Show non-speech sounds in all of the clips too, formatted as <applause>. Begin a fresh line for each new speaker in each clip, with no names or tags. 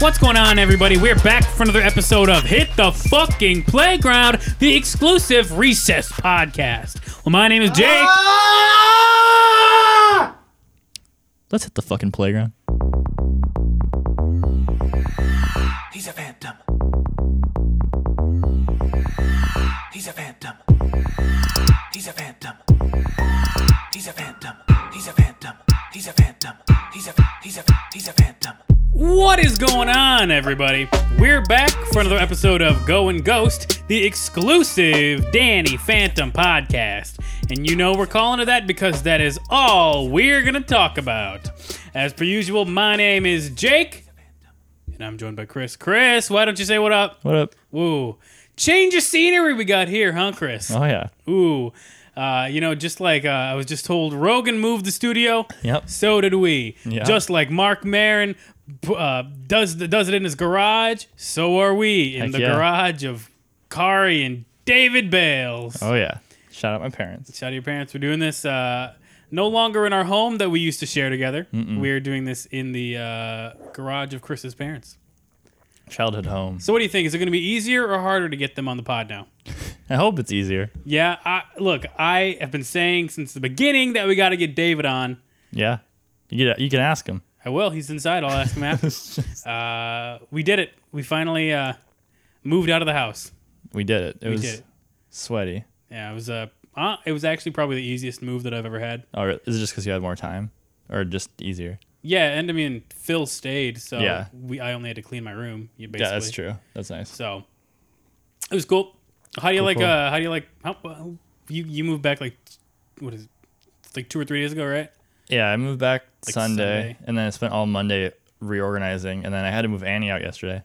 What's going on, everybody? We're back for another episode of Hit the Fucking Playground, the exclusive recess podcast. Well, my name is Jake.
Let's hit the fucking playground.
He's a phantom. He's a phantom. He's a phantom. He's a phantom. He's a phantom. He's a phantom. He's a he's a he's a phantom.
What is going on, everybody? We're back for another episode of Go and Ghost, the exclusive Danny Phantom podcast. And you know we're calling it that because that is all we're going to talk about. As per usual, my name is Jake, and I'm joined by Chris. Chris, why don't you say what up?
What up?
Ooh, change of scenery we got here, huh, Chris?
Oh yeah.
Ooh, uh, you know, just like uh, I was just told, Rogan moved the studio.
Yep.
So did we.
Yeah.
Just like Mark Marin uh, does does it in his garage. So are we in
Heck
the
yeah.
garage of Kari and David Bales.
Oh yeah. Shout out my parents.
Shout out to your parents. We're doing this uh, no longer in our home that we used to share together. We're doing this in the uh, garage of Chris's parents.
Childhood home.
So what do you think? Is it going to be easier or harder to get them on the pod now?
I hope it's easier.
Yeah, I, look, I have been saying since the beginning that we got to get David on.
Yeah. You get. You can ask them.
I will. He's inside. I'll ask him
<laughs>
after. uh, we did it. We finally uh, moved out of the house.
we did it. It was
did it.
sweaty.
Yeah, it was uh, uh, it was actually probably the easiest move that I've ever had.
Or is it just because you had more time, or just easier?
Yeah, and I mean Phil stayed, so
Yeah.
we I only had to clean my room. You basically.
Yeah, that's true. That's nice.
So it was cool. How do you like?
cool.
Uh, how do you like? How, well, you you moved back like what is it? It's like two or three days ago, right?
Yeah, I moved back
Like
Sunday,
Sunday.
and then I spent all Monday reorganizing, and then I had to move Annie out yesterday,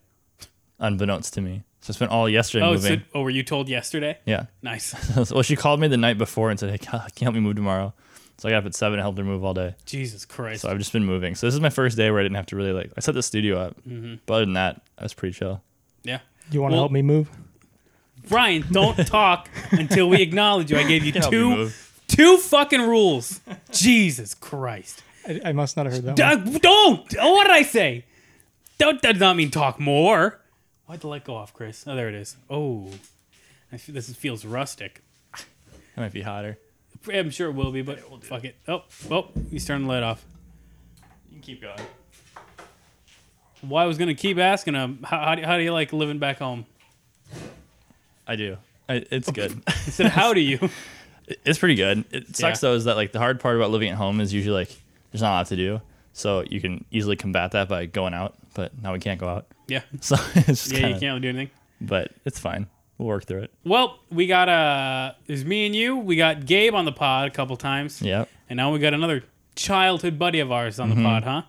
unbeknownst to me. So I spent all yesterday
Oh, so,
moving.
oh, were you told yesterday?
yeah. <laughs>
Nice.
well, she called me the night before and said, "Hey, <laughs> can you help me move tomorrow?" So I got up at seven and helped her move all day.
Jesus Christ.
So I've just been moving. So this is my first day where I didn't have to really like. I set the studio up,
Mm-hmm.
but other than that, I was pretty chill.
Yeah.
You want to
Well-
help me move?
Brian, don't
<laughs>
talk until we acknowledge you. I gave you
Can help you
two
move.
two fucking rules. Jesus Christ.
I, I must not have heard that. one.
Doug, don't. Oh, what did I say? Don't does not mean talk more. Why'd the light go off, Chris? Oh, there it is. Oh, I feel, this feels rustic.
It might be hotter.
I'm sure it will be, but fuck it. Oh, oh, he's turning the light off.
You can keep going.
Well, I was gonna keep asking him. How, how, do, how do you like living back home?
I do. I, <laughs> it's good.
He said, "How do
<laughs>
you?"
it's pretty good. It sucks though is that like the hard part about living at home is usually like there's not a lot to do, so you can easily combat that by going out. But now we can't go out, <laughs>
yeah,
so it's just
yeah,
kinda,
you can't do anything.
But it's fine. We'll
<laughs>
work through it.
Well, we got uh, there's me and you. We got Gabe on the pod a couple times.
Yeah. Mm-hmm.
And now we got another childhood buddy of ours on the pod, huh?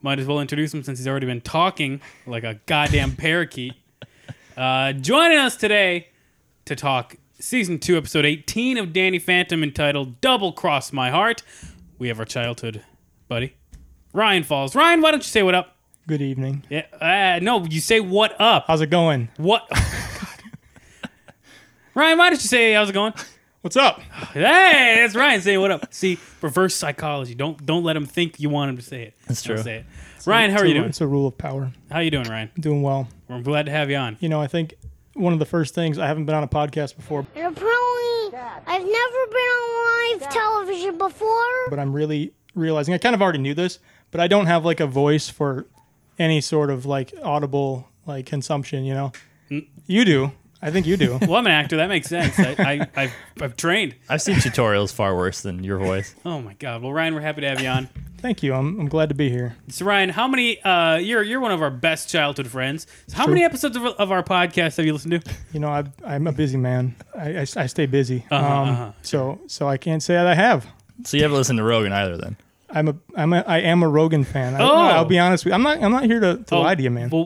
Might as well introduce him since he's already been talking like a goddamn
<laughs>
parakeet. Uh, joining us today to talk season two, episode 18 of Danny Phantom entitled Double Cross My Heart. We have our childhood buddy, Ryan Falls. Ryan, why don't you say what up?
Good evening.
Yeah, uh, no, you say what up.
How's it going?
What? <laughs> Ryan, why don't you say how's it going?
What's up?
Hey, that's Ryan saying what up. See, reverse psychology. Don't don't let him think you want him to say it.
That's
Don't
true.
Say it. Ryan, how are
It's a-
you doing?
It's a rule of power.
How you doing, Ryan?
Doing well.
We're glad to have you on.
You know, I think one of the first things I haven't been on a podcast before,
You're probably. I've never been on live television before.
but I'm really realizing I kind of already knew this, but I don't have like a voice for any sort of like audible like consumption. You know,
Mm.
you do. I think you do. <laughs>
Well, I'm an actor. That makes sense. I, I I've, I've trained.
I've seen tutorials far worse than your voice.
Oh my God. Well, Ryan, we're happy to have you on.
Thank you. I'm, I'm glad to be here.
So, Ryan, how many? Uh, you're you're one of our best childhood friends. So how many episodes of, of our podcast have you listened to?
You know, I, I'm a busy man. I, I, I stay busy.
Uh-huh,
um, So so I can't say that I have.
So you haven't listened to Rogan either, then?
I'm a I'm a I am a Rogan fan. I,
Oh.
I'll be honest with you. I'm not I'm not here to,
Oh.
to lie to you, man.
Well,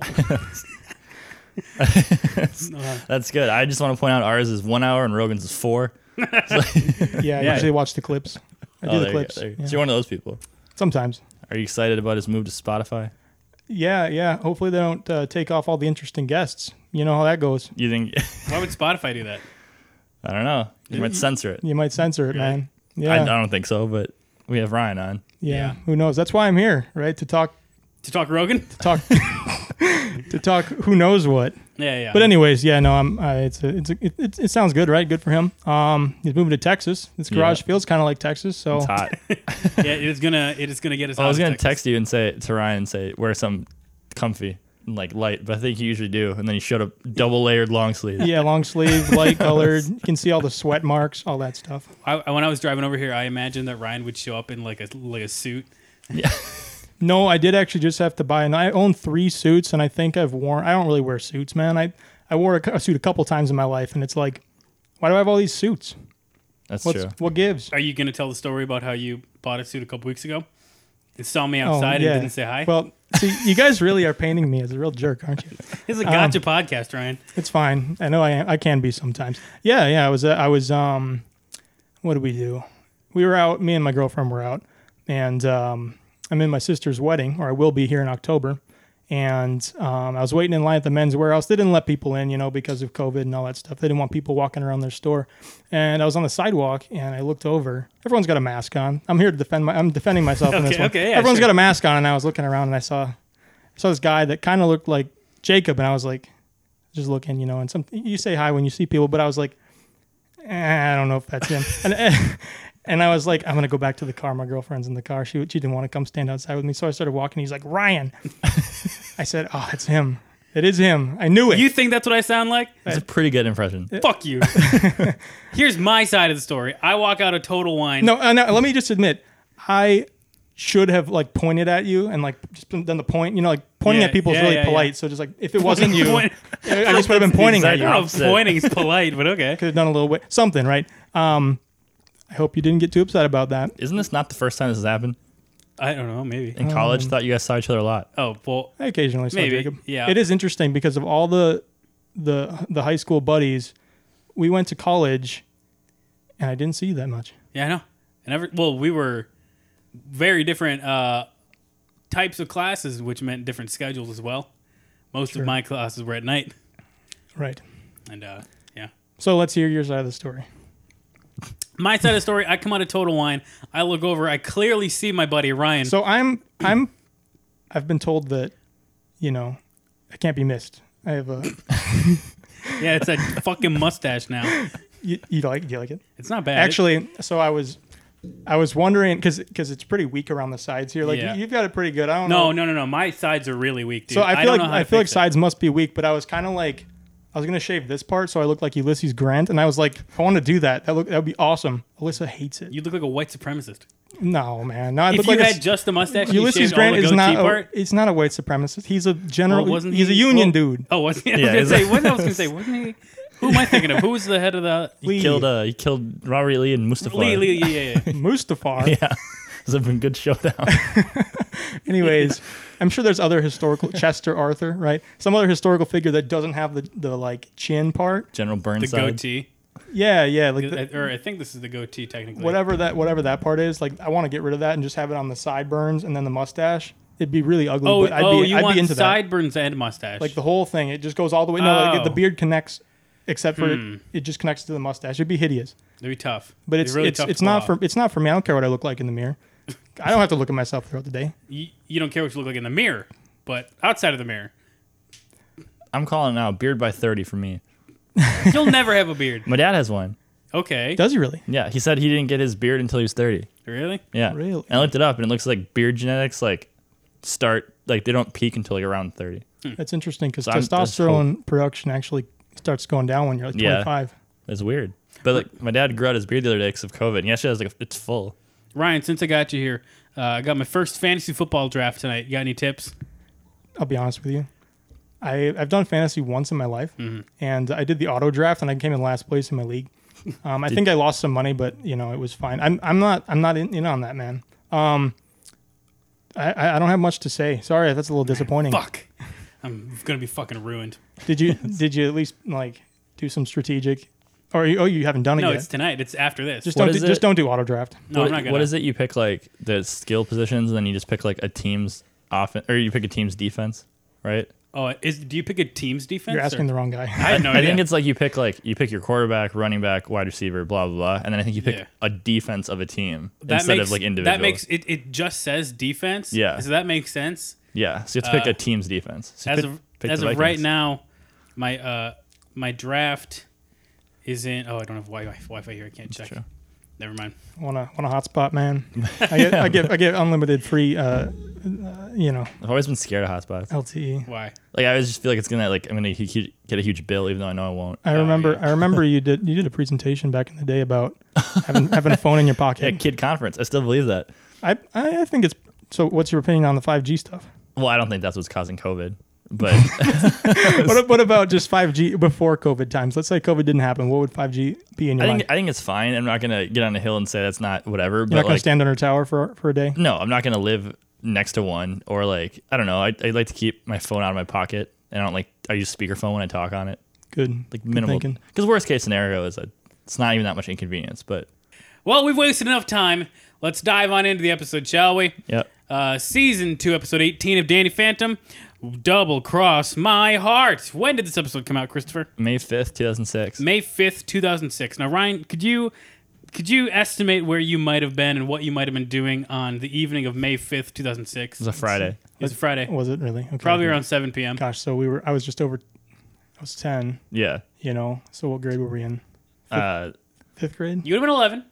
That's good. I just want to point out ours is one hour and Rogan's is four.
yeah, I usually watch the clips. I do the
Oh, there you go,
clips.
there you go.
Yeah.
So you're one of those people.
Sometimes.
Are you excited about his move to Spotify?
Yeah, yeah. Hopefully they don't uh, take off all the interesting guests. You know how that goes.
You think? <laughs>
why would Spotify do that?
I don't know. You might censor it.
You might censor it, man. Yeah.
I, I don't think so, but we have Ryan on.
yeah.
yeah.
Who knows? That's why I'm here, right? To talk
<laughs>
<laughs>
To talk Rogan?
talk to talk who knows what.
Yeah, yeah.
But anyways, yeah, no, I'm. Uh, it's a, it's a, it, it, it sounds good, right? Good for him. Um, he's moving to Texas. This garage
Yeah.
feels kind of like Texas, so
Oh. <laughs>
It's hot.
yeah, it is gonna it is gonna get us.
I was
out of
gonna
Texas.
text you and say to Ryan and say wear some comfy and like light, but I think you usually do. And then he showed up double layered long sleeve.
yeah, long
<laughs>
sleeve, light colored. You can see all the sweat marks, all that stuff.
I, I- when I was driving over here, I imagined that Ryan would show up in like a like a suit.
No, I did actually just have to buy, and I own three suits, and I think I've worn. I don't really wear suits, man. I I wore a, cu- a suit a couple times in my life, and it's like, why do I have all these suits?
That's
What's
true.
what gives?
Are you gonna tell the story about how you bought a suit a couple weeks ago? And saw me outside and didn't say hi.
Oh, Well, see, you guys really are painting me as a real jerk,
<laughs>
aren't you?
it's a gotcha
um,
podcast, Ryan.
It's fine. I know I am, I can be sometimes. Yeah, yeah. I was uh, I was um, what did we do? We were out. Me and my girlfriend were out, and um, I'm in my sister's wedding, or I will be here in October. And um, I was waiting in line at the men's warehouse. They didn't let people in, you know, because of COVID and all that stuff. They didn't want people walking around their store. And I was on the sidewalk, and I looked over. Everyone's got a mask on. I'm here to defend my. I'm defending myself in
<laughs>
this
Okay,
one.
okay, yeah,
Everyone's
sure.
got a mask on, and I was looking around, and I saw, I saw this guy that kind of looked like Jacob, and I was like, just looking, you know, and some you say hi when you see people, but I was like, eh, I don't know if that's him. and eh, <laughs> and I was like, I'm gonna go back to the car. My girlfriend's in the car. She she didn't want to come stand outside with me, so I started walking. He's
<laughs>
like, Ryan. I said, Oh, that's him. It is him. I knew it.
You think that's what I sound
<laughs>
like?
That's a pretty good impression.
Fuck you. Here's my side of the story. I walk out of Total Wine.
no, uh, no, let me just admit, I should have like pointed at you and like just been- done the point. You know, like pointing
Yeah,
at people is
yeah,
really
yeah,
polite.
yeah.
So just like if it wasn't you, I
<laughs> Point-
I
<laughs>
just would have been pointing at
I
you.
don't know if
Opposite.
pointing
<laughs>
is polite, but okay.
Could have done a little bit something, right? Um, I hope you didn't get too upset about that.
Isn't this not the first time this has happened?
I don't know, maybe.
In college, thought you guys saw each other a lot.
Oh well,
I occasionally saw
Maybe,
Jacob.
yeah.
It is interesting because of all the the the high school buddies, we went to college and I didn't see you that much.
yeah, I know. And every well, we were very different uh, types of classes, which meant different schedules as well. Most of my classes were at night,
Right.
and uh, yeah.
So let's hear your side of the story.
My side of the story, I come out of Total Wine. I look over. I clearly see my buddy Ryan.
So I'm I'm I've been told that, you know, I can't be missed. I have a
yeah,
<laughs>
it's that fucking mustache now.
you, you like you like it?
It's not bad.
Actually, so I was I was wondering because because it's pretty weak around the sides here. Like
Yeah.
you, have got it pretty good. I don't know.
no, no, no, no. My sides are really weak, dude.
So I
don't
feel like
know how
I
to
feel like
fix it.
sides must be weak, but I was kind of like I was gonna shave this part so I looked like Ulysses Grant, and I was like, I want to do that. That look that would be awesome. Alyssa hates it.
You look like a white supremacist.
no man, no. I
If
look
you
like a
had
s-
just a mustache, and you
Ulysses
shaved Grant
Grant
all the
is
goatee
not. A,
part.
it's not a white supremacist. He's a general.
Well, wasn't
he's
he-
a union
well-
dude.
Oh, wasn't he? I was
Yeah,
gonna
is
say,
it-
wasn't I was gonna say, wasn't he? Who am I thinking of? Who was the head of
<laughs>
the
He killed. Uh, he killed Robert Lee and Mustafa.
Lee, Lee, yeah, yeah,
<laughs>
<laughs> yeah.
Mustafar.
Yeah, this has been a
<laughs>
good showdown.
Anyways, I'm sure there's
<laughs>
other historical Chester Arthur, right? Some other historical figure that doesn't have the the like chin part.
General
the
Burnside.
goatee,
Yeah, yeah, like the,
or I think this is the goatee technically.
whatever that whatever that part is. Like I want to get rid of that and just have it on the sideburns and then the mustache. It'd be really ugly.
Oh,
but I'd
oh,
be,
you
I'd
want
be into that.
sideburns and mustache?
Like the whole thing, it just goes all the way. No, like,
Oh.
the beard connects, except for it, it just connects to the mustache. It'd be hideous.
It'd be tough,
But
It'd
it's
be really
it's
tough
it's
to pull
not
off.
for it's not for me. I don't care what I look like in
<laughs>
the mirror. I don't have to look at myself throughout the day.
you, you don't care what you look like in the mirror, but outside of the mirror,
I'm calling now. Beard by thirty for me.
you'll never have a beard. <laughs>
My dad has one.
Okay,
Does he really?
Yeah, he said he didn't get his beard until he was thirty.
really?
Yeah.
Really?
And I looked it up, and it looks like beard genetics like start like they don't peak until like around thirty.
Hmm.
That's interesting because
I'm- that's cool.
testosterone production actually starts going down when you're like
Yeah.
25.
It's weird. But like my dad grew out his beard the other day because of COVID. And he actually has like it's full.
Ryan, since I got you here, uh, I got my first fantasy football draft tonight. You got any tips?
I'll be honest with you. I, I've done fantasy once in my life, and I did the auto draft, and I came in last place in my league. Um, I think I lost some money, but you know it was fine. I'm, I'm not I'm not in, in on that man. Um, I- I, I don't have much to say. Sorry, that's a little disappointing.
Fuck, I'm gonna be fucking ruined.
Did you did you at least like do some strategic, or you, oh you haven't done it
No,
yet?
it's tonight. It's after this.
just
What
don't do,
is
just
it?
don't do auto draft.
no,
what,
I'm not gonna.
what is it you pick like the skill positions and then you just pick like a team's offense or you pick a team's defense, right?
Oh, is do you pick a team's defense?
You're asking
or-
the wrong guy. <laughs>
I had no
<laughs> I
idea.
think it's like you pick like you pick your quarterback, running back, wide receiver, blah blah blah, and then I think you pick
Yeah.
a defense of a team
that
instead
makes,
of like individual.
That makes it, it just says defense.
Yeah.
So that makes sense.
Yeah, so you have to pick a team's defense. So you
uh, as
pick-
of
pick the
as of right
Vikings.
now, my uh my draft is in. Oh, I don't have Wi-Fi, Wi-Fi here. I can't check.
true.
Never mind.
Want a want a hotspot, man? I get I get I get unlimited free. Uh, uh, you know, E.
I've always been scared of hotspots.
LTE.
Why?
Like I always just feel like it's gonna like I'm gonna hu- hu- get a huge bill, even though I know I won't.
I
Oh,
remember
yeah.
I remember you did you did a presentation back in the day about having having a phone in your
Yeah,
pocket.
kid conference. I still believe that.
I I I think it's so. What's your opinion on the five G stuff?
Well, I don't think that's what's causing COVID, but
<laughs> What what about just five G before COVID times? Let's say COVID didn't happen. What would five G be in
I
your
think
mind?
I think it's fine. I'm not gonna get on a hill and say that's not whatever. but
You're not gonna
like, Mm-hmm.
stand under a tower for for a day.
no, I'm not gonna live next to one or like I don't know. I I like to keep my phone out of my pocket, and I don't like I use speakerphone when I talk on it.
Good.
Like
Good
minimal,
thinking.
because worst case scenario is that it's not even that much inconvenience. But
Well, we've wasted enough time. Let's dive on into the episode, shall we?
yeah,
Uh, season two, episode eighteen of Danny Phantom. Double cross my heart. When did this episode come out, Christopher?
May fifth, two thousand six.
May fifth, two thousand six. Now, Ryan, could you could you estimate where you might have been and what you might have been doing on the evening of May fifth, two thousand six?
It was a Friday.
It's a Friday,
Was it really? Okay.
probably around seven p.m.
Gosh, so we were. I was just over. I was ten.
Yeah.
You know. So what grade were we in?
Uh,
Fifth grade?
You would have been eleven,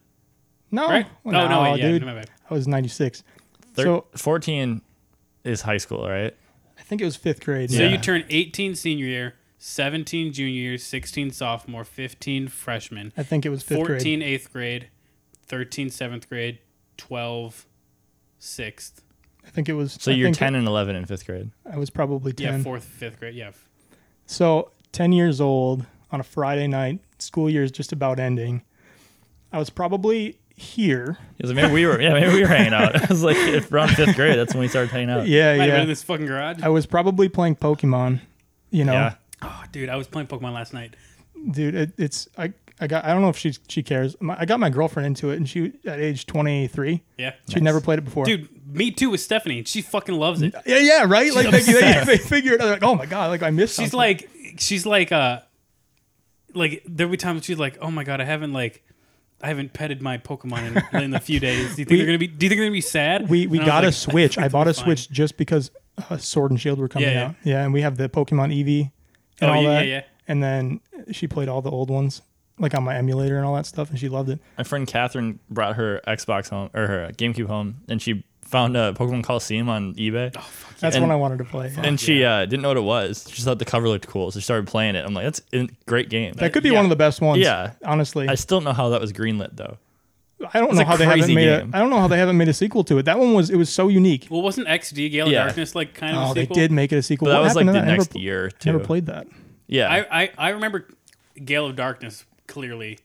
No.
right?
Well,
oh no, wait, yeah,
dude.
my bad.
I was ninety six.
thir-
So-
14 is high school, right?
I think it was fifth grade.
So
Yeah.
you turn 18 senior year, 17 junior year, 16 sophomore, 15 freshman,
I think it was fifth
14
grade.
eighth grade, 13 seventh grade, 12 sixth.
I think it was.
So
I
you're
think
10 and 11 in fifth grade.
I was probably ten.
Yeah, fourth, fifth grade. Yeah.
So, 10 years old on a Friday night, school year is just about ending. I was probably here.
He was like, maybe we were, yeah, maybe we were hanging out. <laughs> I was like, if around fifth grade, that's when we started hanging out.
Uh, Might
Yeah,
have been
yeah.
in this fucking garage.
I was probably playing Pokemon, you know.
Yeah.
Oh, dude, I was playing Pokemon last night.
Dude, it, it's I I got I don't know if she she cares. My, I got my girlfriend into it and she at age 23,
Yeah.
she'd never played it before.
Dude, me too with Stephanie. and She fucking loves it.
Yeah, yeah, right? Like they, they, they figure it out like, "Oh my god, like I missed
She's
something.
like, she's like, uh, like there'll be times she's like, oh my god, I haven't like, I haven't petted my Pokemon in, in a few days. Do you think they're gonna be? Do you think they're gonna be sad?
we we
And I was
got a
like,
Switch. I bought a
fine.
Switch just because uh, Sword and Shield were coming
Yeah, yeah.
out. Yeah, and we have the Pokemon Eevee and
Oh,
all
yeah,
that.
yeah, yeah.
And then she played all the old ones, like on my emulator and all that stuff, and she loved it.
My friend Catherine brought her Xbox home or her GameCube home, and she found a Pokemon Coliseum on eBay.
Oh, That's
And-
when I wanted to play. yeah.
and she uh, didn't know what it was. She thought the cover looked cool, so she started playing it. I'm like, that's a great game.
That could be
yeah.
one of the best ones.
Yeah.
honestly,
I
I,
still don't know how that was greenlit though.
don't
it's
know
a
how they haven't
crazy
made. A,
game.
I don't know how they haven't made a sequel to it. That one was it was so unique.
Well, wasn't XD Gale of
Yeah.
Darkness like kind of
Oh,
a
they
sequel?
did make it a sequel.
But
What
that was like
happened
the
to I
next
never,
year too.
Never played that.
Yeah,
I, I I remember Gale of Darkness clearly.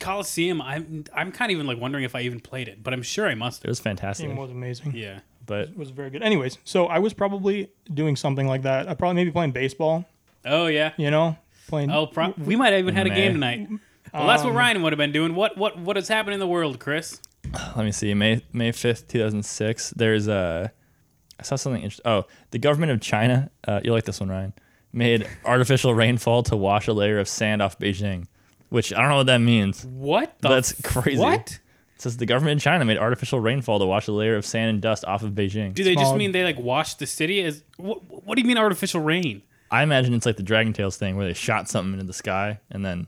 Coliseum. I'm I'm kind of even like wondering if I even played it, but I'm sure I must
it
have.
was fantastic.
It was amazing.
Yeah.
But
It was very good. Anyways, so I was probably doing something like that. I probably maybe playing baseball.
Oh yeah.
You know, playing.
Oh, pro- we might have even had a
May.
game tonight. Well, that's what Ryan would have been doing. What what what has happened in the world, Chris?
let me see may may 5th 2006 there's a i saw something interesting oh the government of china uh, you like this one ryan made artificial rainfall to wash a layer of sand off beijing which i don't know what that means
What? The
that's
f-
crazy
What?
it says the government in china made artificial rainfall to wash a layer of sand and dust off of beijing
Do they just
Smog.
mean they like washed the city? As what, what do you mean artificial rain?
i imagine it's like the dragon tales thing where they shot something into the sky and then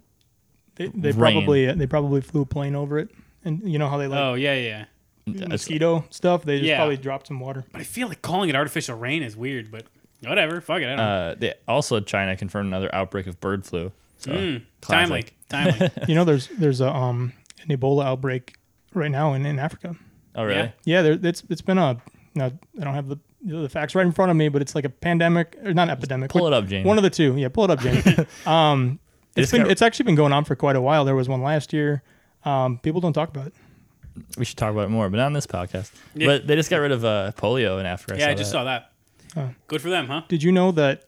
They, they
Rain.
probably they probably flew a plane over it, and you know how they like
Oh yeah, yeah.
mosquito stuff. They just
Yeah.
probably dropped some water.
But I feel like calling it artificial rain is weird. But whatever, fuck it. I don't know.
uh, they, also china confirmed another outbreak of bird flu so
Hmm, Mm. timely,
classic. <laughs>
timely.
You know, there's there's a um an Ebola outbreak right now in, in Africa.
oh really
Yeah.
Yeah, there, it's it's been a no. I don't have the the facts right in front of me, but it's like a pandemic or not an epidemic.
pull
What-
it up, Jamie.
One of the two. Yeah, pull it up,
<laughs>
Jamie. um, it's
just
been
got-
it's actually been going on for quite a while. There was one last year. Um, people don't talk about it.
we should talk about it more, but not on this podcast.
Yeah.
But they just got rid of uh, polio in Africa.
yeah, I just saw that. Good for them, huh?
Did you know that?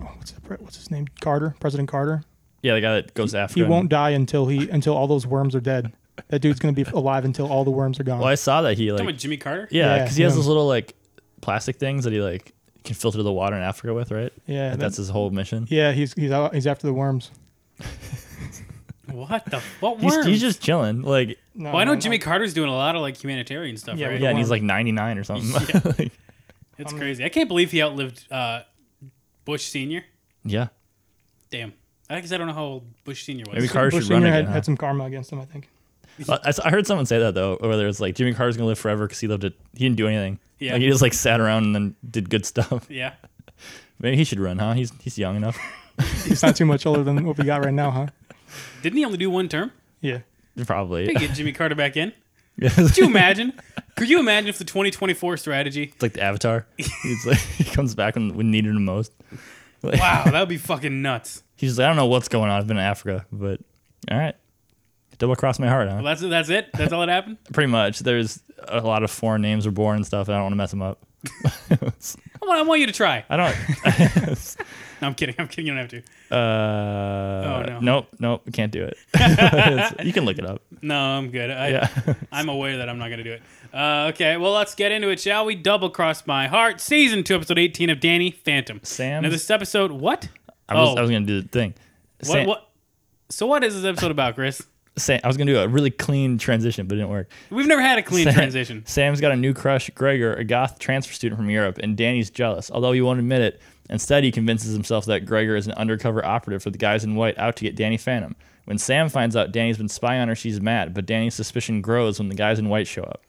Oh, what's that, pre- what's his name? Carter, President Carter.
Yeah, the guy that goes after.
He
him.
won't die until he until all those worms are dead. That dude's gonna be alive until all the worms are gone.
Well, I saw that he
Talking
like
about Jimmy Carter.
yeah,
Yeah,
because he has
him.
those little like plastic things that he like can filter the water in Africa with, right?
Yeah,
That-
that-
that's his whole mission.
Yeah, he's he's out, he's after the worms.
What the what
He's,
worms?
he's just chilling, like
No,
well, I know
no, no.
Jimmy Carter's doing a lot of like humanitarian stuff,
Yeah,
right?
The
yeah, and he's
worm.
<laughs> like 99 or something.
<laughs> Yeah.
Like,
It's crazy. I can't believe he outlived uh, Bush Senior.
Yeah.
Damn. I guess I don't know how old Bush Senior was.
Maybe Carter
Bush
should run
Senior
again.
had,
huh?
had some karma against him, I think.
Well, that's- I heard someone say that though, whether it's like Jimmy Carter's gonna live forever because he lived it. He didn't do anything.
Yeah.
Like he just like sat around and then did
<laughs>
good stuff.
Yeah.
Maybe he should run, huh? He's he's
<laughs>
young enough.
He's not too much older than what we got right now, huh?
Didn't he only do one
<laughs>
term?
Yeah.
Probably.
They get Jimmy Carter back in.
it's <laughs>
Could you imagine? Could you imagine if the 2024 strategy?
like
<laughs>
the Avatar. He's like <laughs> he comes back when we needed him most. Like,
Wow, that would be fucking nuts.
He's just like I don't know what's going on. I've been in Africa, but all right. Double cross my heart, huh?
Well, that's that's it. That's all that happened.
Pretty much. There's a lot of foreign names were born and stuff. And I don't want to mess them up. <laughs>
I want, I want you to try.
I don't. <laughs>
No, I'm kidding. <laughs> I'm kidding. You don't have to.
Uh,
Oh, no.
Nope. Nope. Can't
<laughs>
do it. <laughs> It's- you can look it up.
No, I'm good. I,
Yeah.
I'm aware that I'm not going to do it. Uh, okay, well, let's get into it, shall we? Double Cross My Heart, Season 2, Episode 18 of Danny Phantom.
Sam's-
Now, this episode, what?
I was,
Oh.
I was gonna do the thing.
What,
Sam-
what? So, what is this episode about, Chris?
Sam, I was gonna do a really clean transition, but it didn't work.
We've never had a clean
<laughs> Sam-
transition.
Sam's got a new crush, Gregor, a goth transfer student from Europe, and Danny's jealous. Although he won't admit it, instead he convinces himself that Gregor is an undercover operative for the guys in white out to get Danny Phantom. When Sam finds out Danny's been spying on her, she's mad, but Danny's suspicion grows when the guys in white show up.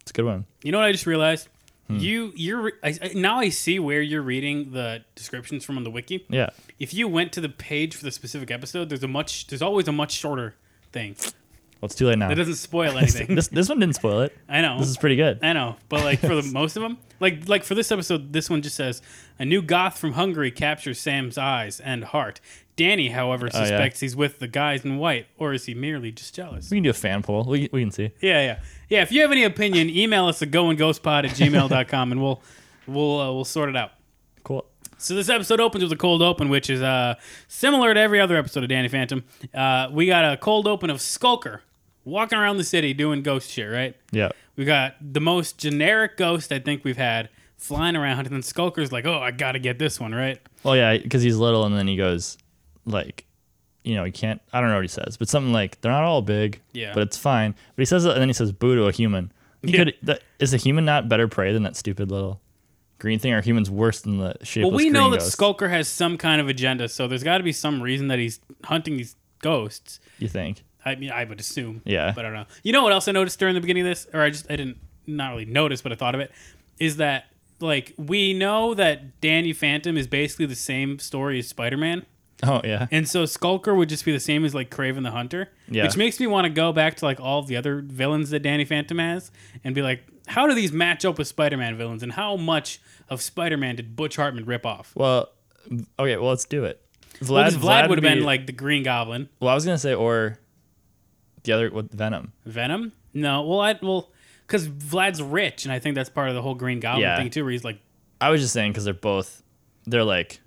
It's a good one.
You know what I just realized?
Hmm.
You, you're re- I, I- now I see where you're reading the descriptions from on the wiki.
Yeah.
If you went to the page for the specific episode, there's a much, there's always a much shorter thing
Well, it's too late now.
that doesn't spoil anything.
this this one didn't spoil it.
I know.
This is pretty good.
I know, but like for the most of them, like like for this episode, this one just says a new goth from Hungary captures Sam's eyes and heart. Danny, however,
yeah.
suspects he's with the guys in white, or is he merely just jealous?
We can do a fan poll. We, we can see.
Yeah, yeah, yeah. If you have any opinion, email us at goandghostpod at gmail.com and we'll we'll uh, we'll sort it out.
Cool.
So this episode opens with a cold open, which is uh, similar to every other episode of Danny Phantom. Uh, we got a cold open of Skulker walking around the city doing ghost shit, right?
Yeah.
We got the most generic ghost I think we've had flying around, and then Skulker's like, "Oh, I gotta get this one right."
Well, yeah, because he's little, and then he goes, like, you know, he can't. I don't know what he says, but something like they're not all big.
Yeah.
But it's fine. But he says, and then he says, "Boo" to a human. You
Yeah.
could. That, is a human not better prey than that stupid little green thing? Are humans worse than the shapeless?
Well, we know
green
that
ghost?
Skulker has some kind of agenda, so there's got to be some reason that he's hunting these ghosts.
You think?
I mean, I would assume.
Yeah.
But I don't know. You know what else I noticed during the beginning of this, or I just I didn't not really notice, but I thought of it, is that like we know that Danny Phantom is basically the same story as Spider-Man.
Oh yeah.
And so Skulker would just be the same as like Craven the Hunter,
Yeah.
which makes me want to go back to like all the other villains that Danny Phantom has and be like, how do these match up with Spider-Man villains, and how much of Spider-Man did Butch Hartman rip off?
well, okay. Well, let's do it. Vlad,
Well, 'cause Vlad, would have
be-
been like the Green Goblin,
Well, I was gonna say, or the other with Venom.
Venom. No, well, I well, because Vlad's rich, and I think that's part of the whole Green Goblin
Yeah.
thing too, where he's like,
I was just saying because they're both, they're like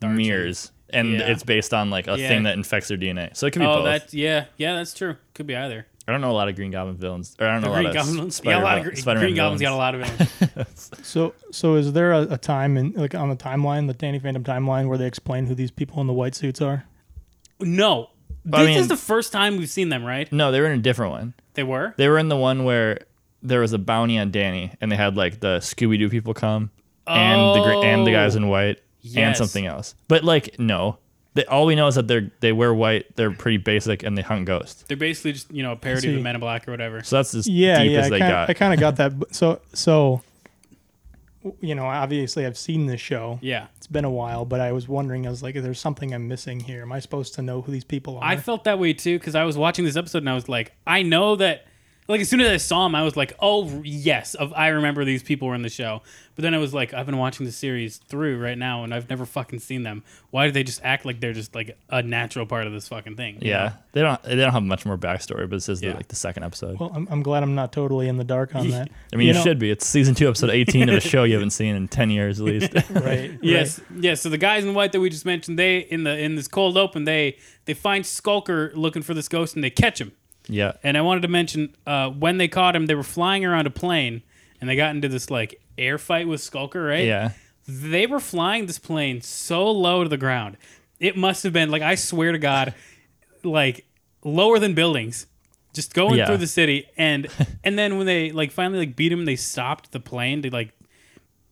mirrors, and
Yeah.
it's based on like a
Yeah.
thing that infects their DNA. So it could be
oh,
both.
that's yeah, yeah, that's true. Could be either.
I don't know a lot of Green Goblin villains. Or I don't know a
Green
lot of
Goblin,
Spider-
yeah, a lot of Gre-
Spider-Man
Green Goblins got a
villains.
lot of villains.
<laughs>
So, so is there a, a time in like on the timeline, the Danny Phantom timeline, where they explain who these people in the white suits are?
no, this
I
is
mean-
the first time we've seen them, right?
No, they were in a different one.
They were.
They were in the one where there was a bounty on Danny, and they had like the Scooby Doo people come, and the gre- and the guys in white, and
Oh, Yes.
something else. But like, no, they, all we know is that they're they wear white, they're pretty basic, and they hunt ghosts.
They're basically just you know a parody of the
See.
Men in Black or whatever.
So that's as
Yeah,
deep
yeah.
as
I
they
kinda,
got.
I kind of got that. But So, so you know, obviously, I've seen this show.
Yeah,
It's been a while, but I was wondering. I was like, "There's something I'm missing here. Am I supposed to know who these people are?"
I felt that way too because I was watching this episode and I was like, I know that. Like as soon as I saw him, I was like, "Oh yes, of I remember these people were in the show." But then I was like, "I've been watching the series through right now, and I've never fucking seen them. Why do they just act like they're just like a natural part of this fucking thing?" you
yeah,
know?
they don't they don't have much more backstory, but this is
Yeah.
the, like the second episode.
well, I'm, I'm glad I'm not totally in the
<laughs>
dark on that.
I mean, you,
know-
should be. It's season two, episode eighteen of a show you haven't seen in ten years
<laughs>
at least. <laughs>
Right.
Yes, yes. So the guys in white that we just mentioned, they in the in this cold open, they they find Skulker looking for this ghost and they catch him.
yeah,
And I wanted to mention uh, when they caught him, they were flying around a plane and they got into this like air fight with Skulker, right?
yeah.
They were flying this plane so low to the ground. It must have been like I swear to God, like lower than buildings. Just going
Yeah.
through
<laughs>
the city and and then when they like finally like beat him, they stopped the plane to like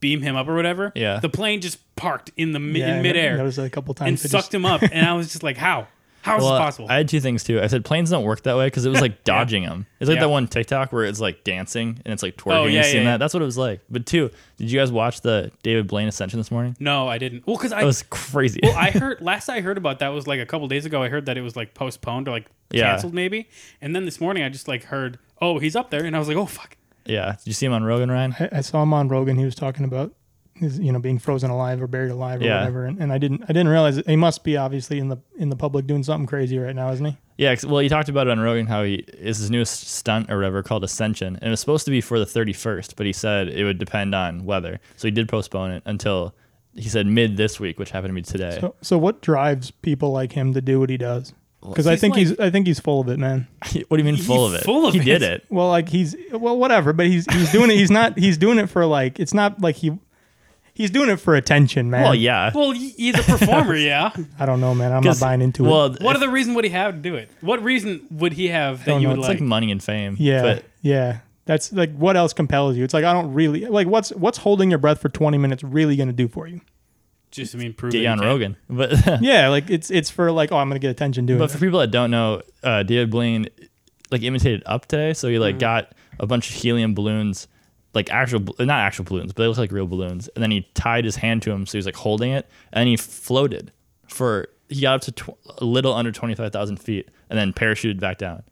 beam him up or whatever.
Yeah.
The plane just parked in the mi-
Yeah,
in
I
midair
noticed that a couple times.
and
It
sucked
just-
him up, and I was just like, how? How is
Well,
this possible?
I had two things too. I said planes don't work that way because it
<laughs>
was like dodging them. It's like
Yeah. Oh,
that one TikTok where it's like dancing and it's like twerking.
yeah,
You've seen
yeah, yeah.
that? That's what it was like. But two, did you guys watch the David Blaine Ascension this morning?
no, I didn't. Well, because I
That was crazy.
well, I heard last I heard about that was like a couple days ago. I heard that it was like postponed or like
Yeah.
canceled maybe, and then this morning I just like heard, oh, he's up there, and I was like, oh fuck.
<laughs> yeah. Did you see him on Rogan Ryan?
I, I saw him on Rogan. He was talking about his, you know, being frozen alive or buried alive or
Yeah.
whatever. And, and I didn't, I didn't realize it. he must be obviously in the in the public doing something crazy right now, isn't he?
Yeah. 'cause- well, he talked about it on Rogan how he is his newest stunt or whatever called Ascension, and it was supposed to be for the 31st, but he said it would depend on weather, so he did postpone it until he said mid this week, which happened to be today.
So, so what drives people like him to do what he does? Because I
He's
think
like-
he's, I think he's full of it, man.
<laughs> what do you mean full of it?
full of
he
it.
did it.
Well, like he's, well, whatever. But he's, he's doing it. He's not, he's doing it for like, it's not like he, he's doing it for attention, man.
Well, yeah.
Well, y- he's
<laughs>
a performer, yeah.
I don't know, man. I'm not
'Cause-
buying into it.
well, if-
What other reason would he have to do it? What reason would he have that
Don't
you
know,
would
It's
like?
like money and fame.
Yeah,
But
yeah. That's like what else compels you? It's like I don't really like what's what's holding your breath for twenty minutes really going to do for you?
just I mean, prove that you
get you on
can.
Rogan. But <laughs>
Yeah, like it's it's for like oh I'm going to get attention doing
but
it.
for people that don't know, uh, David Blaine like imitated up today, so he like got a bunch of helium balloons, like actual bal- not actual balloons, but they look like real balloons, and then he tied his hand to him, so he was like holding it, and then he floated for he got up to tw- a little under twenty five thousand feet, and then parachuted back down,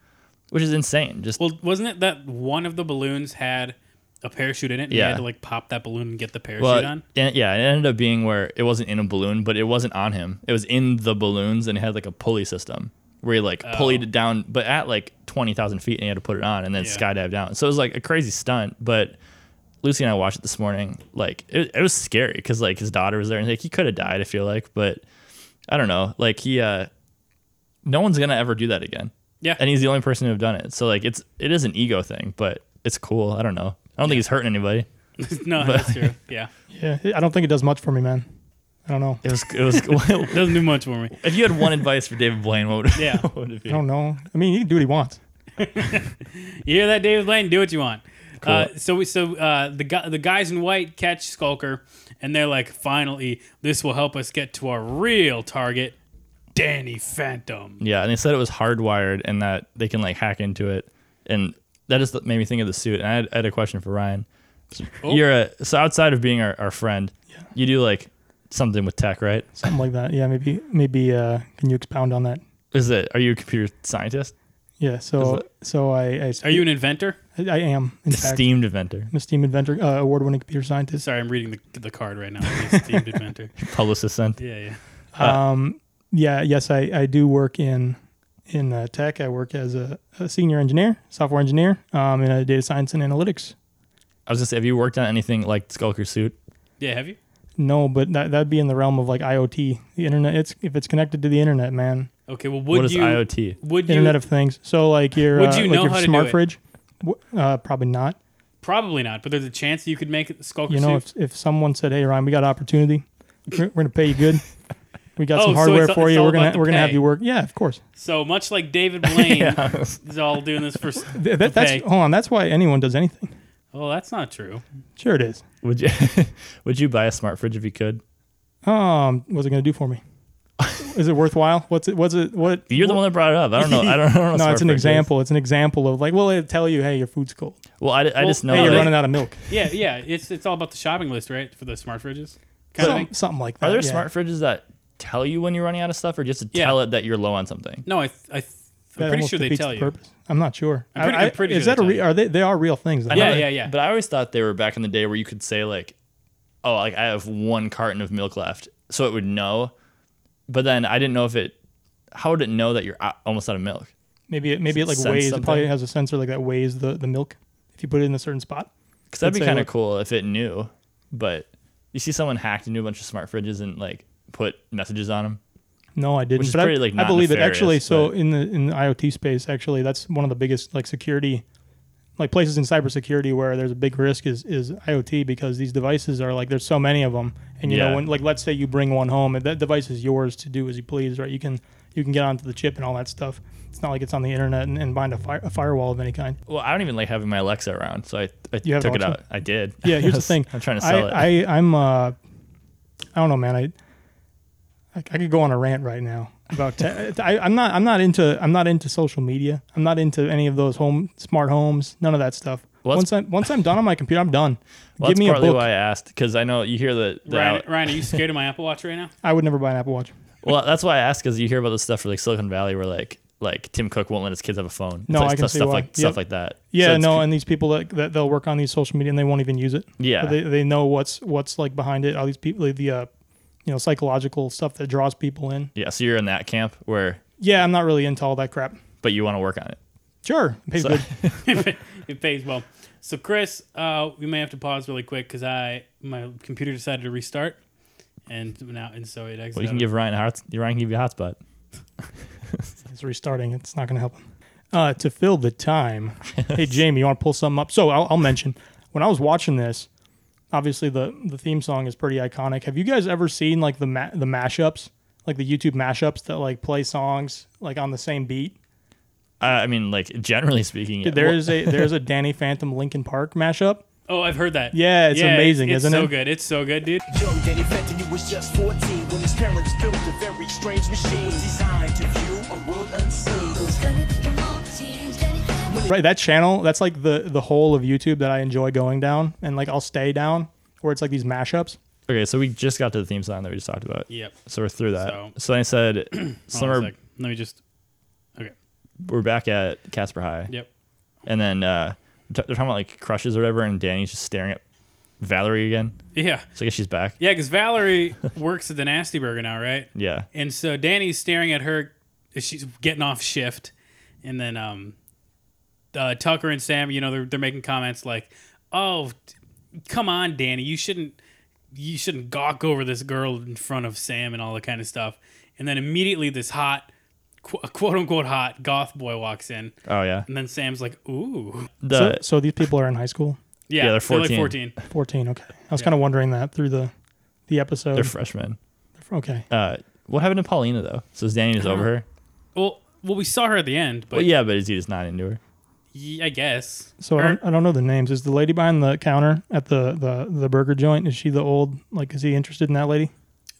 which is insane. Just
Well, wasn't it that one of the balloons had a parachute in it? And You
Yeah.
had to like pop that balloon and get the parachute
Well,
on.
and- yeah, it ended up being where it wasn't in a balloon, but it wasn't on him. It was in the balloons, and it had like a pulley system where he like pulleyed it down, but at like twenty thousand feet, and he had to put it on and then
Yeah.
skydive down. So it was like a crazy stunt. But Lucy and I watched it this morning. Like it, it was scary because like his daughter was there, and like he could have died. I feel like, but I don't know. Like he, uh no one's gonna ever do that again.
Yeah. <laughs>
and he's the only person who have done it. So like it's it is an ego thing, but it's cool. I don't know. I don't think he's hurting anybody. <laughs>
no, that's true. Yeah,
Yeah, I don't think it does much for me, man. I don't know.
It was <laughs> it was
doesn't do much for me.
If you had one advice for David Blaine, what would,
Yeah.
<laughs> what would it be?
I don't know. I mean, he can do what he wants.
You hear that, David Blaine? Do what you want. Uh, so we, so uh, the gu- the guys in white catch Skulker, and they're like, finally, this will help us get to our real target, Danny Phantom.
Yeah, and they said it was hardwired and that they can like hack into it, and that just made me think of the suit. And I had, I had a question for Ryan. So You're a so outside of being our, our friend, you do like something with tech, right?
Something like that. Yeah, maybe maybe uh can you expound on that?
Is it are you a computer scientist?
Yeah, so so I I,
Are you an inventor?
I, I am in fact
Steamed inventor,
I'm a Steam inventor, uh, award-winning computer scientist.
Sorry, I'm reading the, the card right now. He's Steamed
<laughs>
inventor.
publicist sent.
Yeah, yeah.
Um, Yeah, yes, I, I do work in in uh, tech. I work as a, a senior engineer, software engineer, um, in a data science and analytics.
I was gonna say, have you worked on anything like Skulker suit?
Yeah, have you?
No, but that that'd be in the realm of like IoT, the internet. It's if it's connected to the internet, man,
Okay, well, would
What is
you
IoT?
would you
Internet of Things. So like your
Would
uh,
you
like
know
your
how to do
smart
it?
fridge, W- uh, probably not.
probably not, but there's a chance you could make it Skulker
You know,
suit.
if if someone said, hey Ryan, we got opportunity, we're, we're gonna pay
<laughs>
you good. We got
Oh, so
some hardware
it's-
for
it's
you.
all
We're
about
gonna
the
we're gonna have
pay.
you work. Yeah, of course.
So much like David
<laughs>
Blaine is all doing this for. s-
Th- <laughs> that- that's
pay.
hold on. That's why anyone does anything.
Well, that's not true.
Sure it is.
Would you <laughs> would you buy a smart fridge if you could?
um, what's it gonna do for me? Is it worthwhile? What's it? What's it? What?
<laughs> You're the one that brought it up. I don't know. I don't, I don't know.
<laughs>
what
No,
smart
it's an
fridge is.
example. It's an example of like, well, they tell you, hey, your food's cold.
Well, I, I just know
hey,
Hey, you're
that-
running out of milk.
Yeah, yeah. It's it's all about the shopping list, right? For the smart fridges. Kind of
Some,
thing.
something like that.
Are there
yeah.
smart fridges that tell you when you're running out of stuff, or just to
Yeah.
tell it that you're low on something?
No, I th- I th-
That
I'm pretty
almost
sure they
defeats
tell
the
you.
purpose. I'm not sure.
I'm pretty-
I-
I'm
I-
pretty
is
sure
that
they
a
tell
re-
you.
are they? They are real things. though.
Yeah,
But-
yeah, yeah.
But I always thought they were back in the day where you could say like, "Oh, like I have one carton of milk left," so it would know. But then I didn't know if it. How would it know that you're out- almost out of milk?
Maybe it maybe it like
Sense
weighs. It
something?
probably has a sensor like that weighs the the milk if you put it in a certain spot.
Because that'd
Let's
be
say,
kind of
like-
cool if it knew. But you see someone hacked into a bunch of smart fridges and like put messages on them.
No, I didn't.
Which is
but I-
pretty, like,
I
not
believe it actually.
nefarious,
So
but-
in the in the IoT space, actually, that's one of the biggest like security, like places in cybersecurity where there's a big risk is is IoT because these devices are like there's so many of them, and you
Yeah.
know when like let's say you bring one home, and that device is yours to do as you please, right? You can you can get onto the chip and all that stuff. It's not like it's on the internet and, and behind a, fire, a firewall of any kind.
Well, I don't even like having my Alexa around, so I, I
You have
took it
Alexa?
out. I did.
Yeah, here's
<laughs> I
the
was-
thing.
I'm trying to sell
I,
it.
I, I'm, uh, I don't know, man. I, I, I could go on a rant right now about. Te- <laughs> I, I'm not. I'm not into. I'm not into social media. I'm not into any of those home smart homes. None of that stuff.
Well, that's-
once I'm once I'm done on my computer, I'm done.
well,
Give
that's
me a
partly
book.
why I asked because I know you hear the, the
Ryan, Ryan, are you scared of my <laughs> Apple Watch right now?
I would never buy an Apple Watch.
well, that's why I asked because you hear about this stuff for like Silicon Valley where like like Tim Cook won't let his kids have a phone. It's
No, I
like
can
stuff,
see
stuff
why.
like
Yep.
stuff like that. So
Yeah,
it's-
no, and these people that, that they'll work on these social media and they won't even use it.
Yeah.
But they, they know what's what's like behind it. All these people, the uh, you know, psychological stuff that draws people in.
yeah. So you're in that camp where,
Yeah, I'm not really into all that crap.
but you want to work on it.
Sure, it pays
So-
good.
it pays well. So Chris, uh, we may have to pause really quick because I my computer decided to restart, and now and so it exited.
Well, you can give Ryan a hot. Ryan can give you a hotspot.
It's restarting. It's not going to help him. Uh, to fill the time, hey Jamie, you want to pull something up? So I'll, I'll mention when I was watching this. Obviously, the the theme song is pretty iconic. Have you guys ever seen like the ma- the mashups, like the YouTube mashups that like play songs like on the same beat?
Uh, I mean, like <laughs> generally speaking, yeah.
There is a there's a Danny Phantom Linkin Park mashup.
oh, I've heard that.
Yeah, it's amazing,
it's,
isn't
so
it?
good. It's so good, dude.
Young Danny Fenton, you was just 14 when his parents built a very strange machine designed to view a world unseen.
Right, that channel that's like the the whole of YouTube that I enjoy going down, and like I'll stay down where it's like these mashups.
okay. So we just got to the theme song that we just talked about.
Yep.
So we're through that.
So-
So, then I said,
<clears throat> Hold on a
summer.
sec. Let me just. Okay.
We're back at Casper High.
Yep.
And then uh, t- they're talking about like crushes or whatever, and Danny's just staring at Valerie again.
Yeah.
So I guess she's back.
Yeah, because Valerie works at the Nasty Burger now, right?
Yeah.
And so Danny's staring at her. as She's getting off shift, and then um, uh, Tucker and Sam, you know, they're they're making comments like, "Oh, t- come on, Danny, you shouldn't you shouldn't gawk over this girl in front of Sam and all that kind of stuff." And then immediately this hot, qu- quote unquote hot goth boy walks in,
Oh yeah.
and then Sam's like, "Ooh,
So,
The
so these people are in high school,
yeah,
they're
like
14.
14.
14. Okay, I was kind of wondering that through the the episode.
they're freshmen.
okay,
Uh, what happened to Paulina though? So is Danny just over her?
Well, well, we saw her at the end, but
Well, yeah, but is he just not into her?
yeah, I guess.
so I
Her-
uh,
don't, I don't know the names. Is the lady behind the counter at the the the burger joint? Is she the old like? Is he interested in that lady?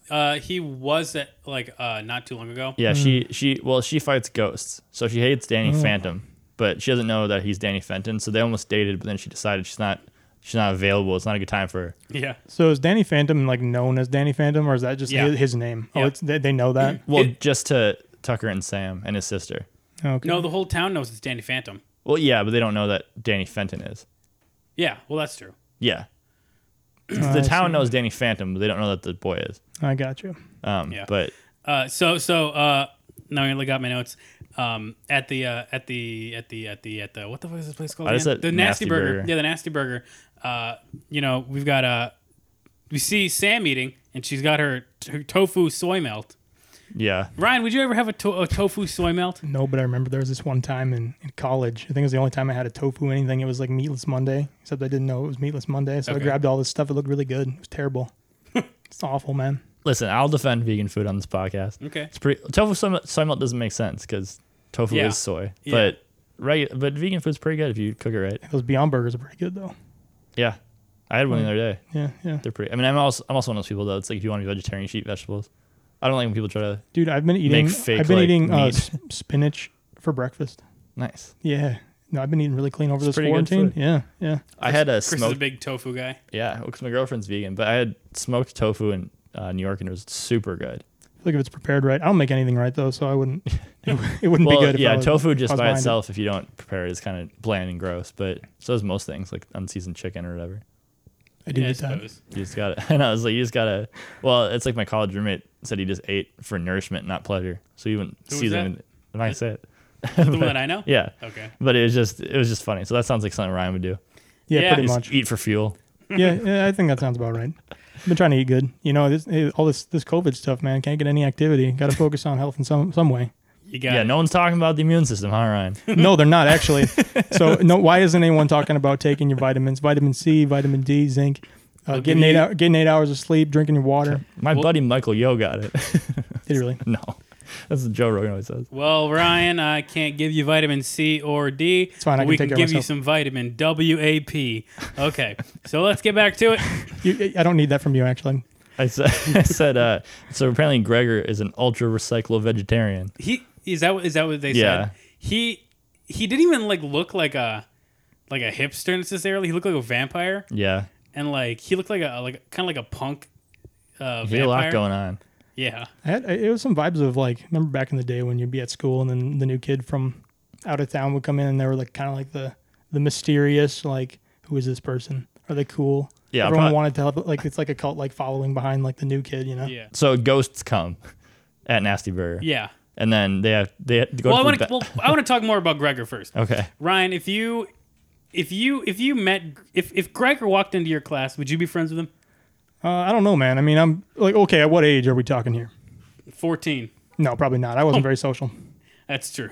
Uh, he was at like uh not too long ago.
Yeah, she
Hmm.
she well she fights ghosts, so she hates Danny Phantom, but she doesn't know that he's Danny Fenton. So they almost dated, but then she decided she's not she's not available. It's not a good time for her.
Yeah.
So is Danny Phantom like known as Danny Phantom, or is that just
Yeah.
his, his name?
Yeah.
Oh, it's they, they know that.
Well,
It-
just to Tucker and Sam and his sister.
Okay.
<clears throat> No, the whole town knows it's Danny Phantom.
Well, yeah, but they don't know that Danny Fenton is.
Yeah, well that's true.
Yeah,
Oh, I
the
see.
town knows Danny Phantom, but they don't know that the boy is.
I got you.
Um,
Yeah.
but
Uh, so so uh, now I only got my notes. Um, at the uh, at the at the at the at the what the fuck is this place called?
I just
again?
said
the
Nasty
burger.
Burger.
Yeah, the nasty burger. Uh, you know we've got uh, we see Sam eating and she's got her, her tofu soy melt.
yeah,
Ryan, would you ever have a, to- a tofu soy
<laughs>
melt?
No, but I remember there was this one time in, in college. I think it was the only time I had a tofu anything. It was like meatless Monday, except I didn't know it was meatless Monday. So
Okay.
I grabbed all this stuff. It looked really good. It was
<laughs>
terrible. it's awful, man.
listen, I'll defend vegan food on this podcast.
Okay.
It's pretty tofu soy, mel- soy melt doesn't make sense because tofu
Yeah.
is soy,
Yeah.
but right, but vegan food's pretty good if you cook it right.
Those Beyond Burgers are pretty good though.
Yeah, I had one
Hmm.
the other day.
Yeah, yeah.
They're pretty. I mean, I'm also I'm also one of those people though. It's like if you want to be vegetarian, you should eat vegetables. I don't like when people try to.
Dude, I've been eating.
fake,
I've been
like,
eating uh,
meat.
s- spinach for breakfast.
Nice.
Yeah. No, I've been eating really clean over this
pretty good
quarantine.
food.
Yeah, yeah.
I had a
Chris is a
smoked.
big tofu guy.
yeah, because my girlfriend's vegan, but I had smoked tofu in uh, New York and it was super good.
I feel like if it's prepared right, I don't make anything right though, so I
<laughs>
wouldn't. It, w- it wouldn't
Well,
be good. If I
yeah,
was-
tofu
if I
just
was
by
buying it.
itself, if you don't prepare it, is kind of bland and gross. But so is most things, like unseasoned chicken or whatever.
I do
I
eat that.
suppose.
You just got to <laughs> And I was like, you just gotta. Well, it's like my college roommate said he just ate for nourishment, not pleasure. So you wouldn't
Who was
season.
that?
it. I'm not gonna say it.
The one that I know.
<laughs> Yeah.
Okay.
But it was just it was just funny. So that sounds like something Ryan would do.
Yeah,
Yeah.
pretty
Just
much.
Eat for fuel.
yeah, yeah, I think that sounds about right. I've been trying to eat good. You know, this eh, all this this COVID stuff, man. Can't get any activity. Got to focus on health in some some
<laughs>
way.
You got
yeah,
it.
no one's talking about the immune system,
<laughs>
huh, Ryan?
No, they're not actually.
<laughs>
so no, why isn't anyone talking about taking your vitamins, vitamin C, vitamin D, zinc, uh,
give
getting
you-
eight hour, getting eight hours of sleep, drinking your water?
My buddy Michael Yo got it. <laughs>
Did you really?
no. That's what Joe Rogan always says.
Well, Ryan, I can't give you vitamin C or D. It's
fine, I can
we
take
can
care of
give you
myself.
some vitamin WAP. Okay, so let's get back to it.
You, I don't need that from you, actually.
I said, <laughs> I said uh, so apparently Gregor is an ultra recyclable vegetarian.
He is that what- is that what they
Yeah.
said? He he didn't even like look like a like a hipster necessarily. He looked like a vampire,
Yeah.
and like he looked like a like kind of like a punk. Uh,
He had a lot
vampire.
going on.
Yeah,
I had, it was some vibes of like, remember back in the day when you'd be at school and then the new kid from out of town would come in and they were like kind of like the the mysterious like, who is this person? Are they cool?
Yeah,
everyone
prob-
wanted to have like it's like a cult like following behind like the new kid, you know?
yeah,
So ghosts come at Nasty Burger.
yeah.
And then they have they have to go
Well, I
to
want
the
to
ba-
well, I want to talk more about Gregor first.
<laughs> Okay.
Ryan, if you if you if you met if if Gregor walked into your class, would you be friends with him?
Uh, I don't know, man. I mean, I'm like, okay, at what age are we talking here?
Fourteen.
No, probably not. I wasn't very social.
That's true.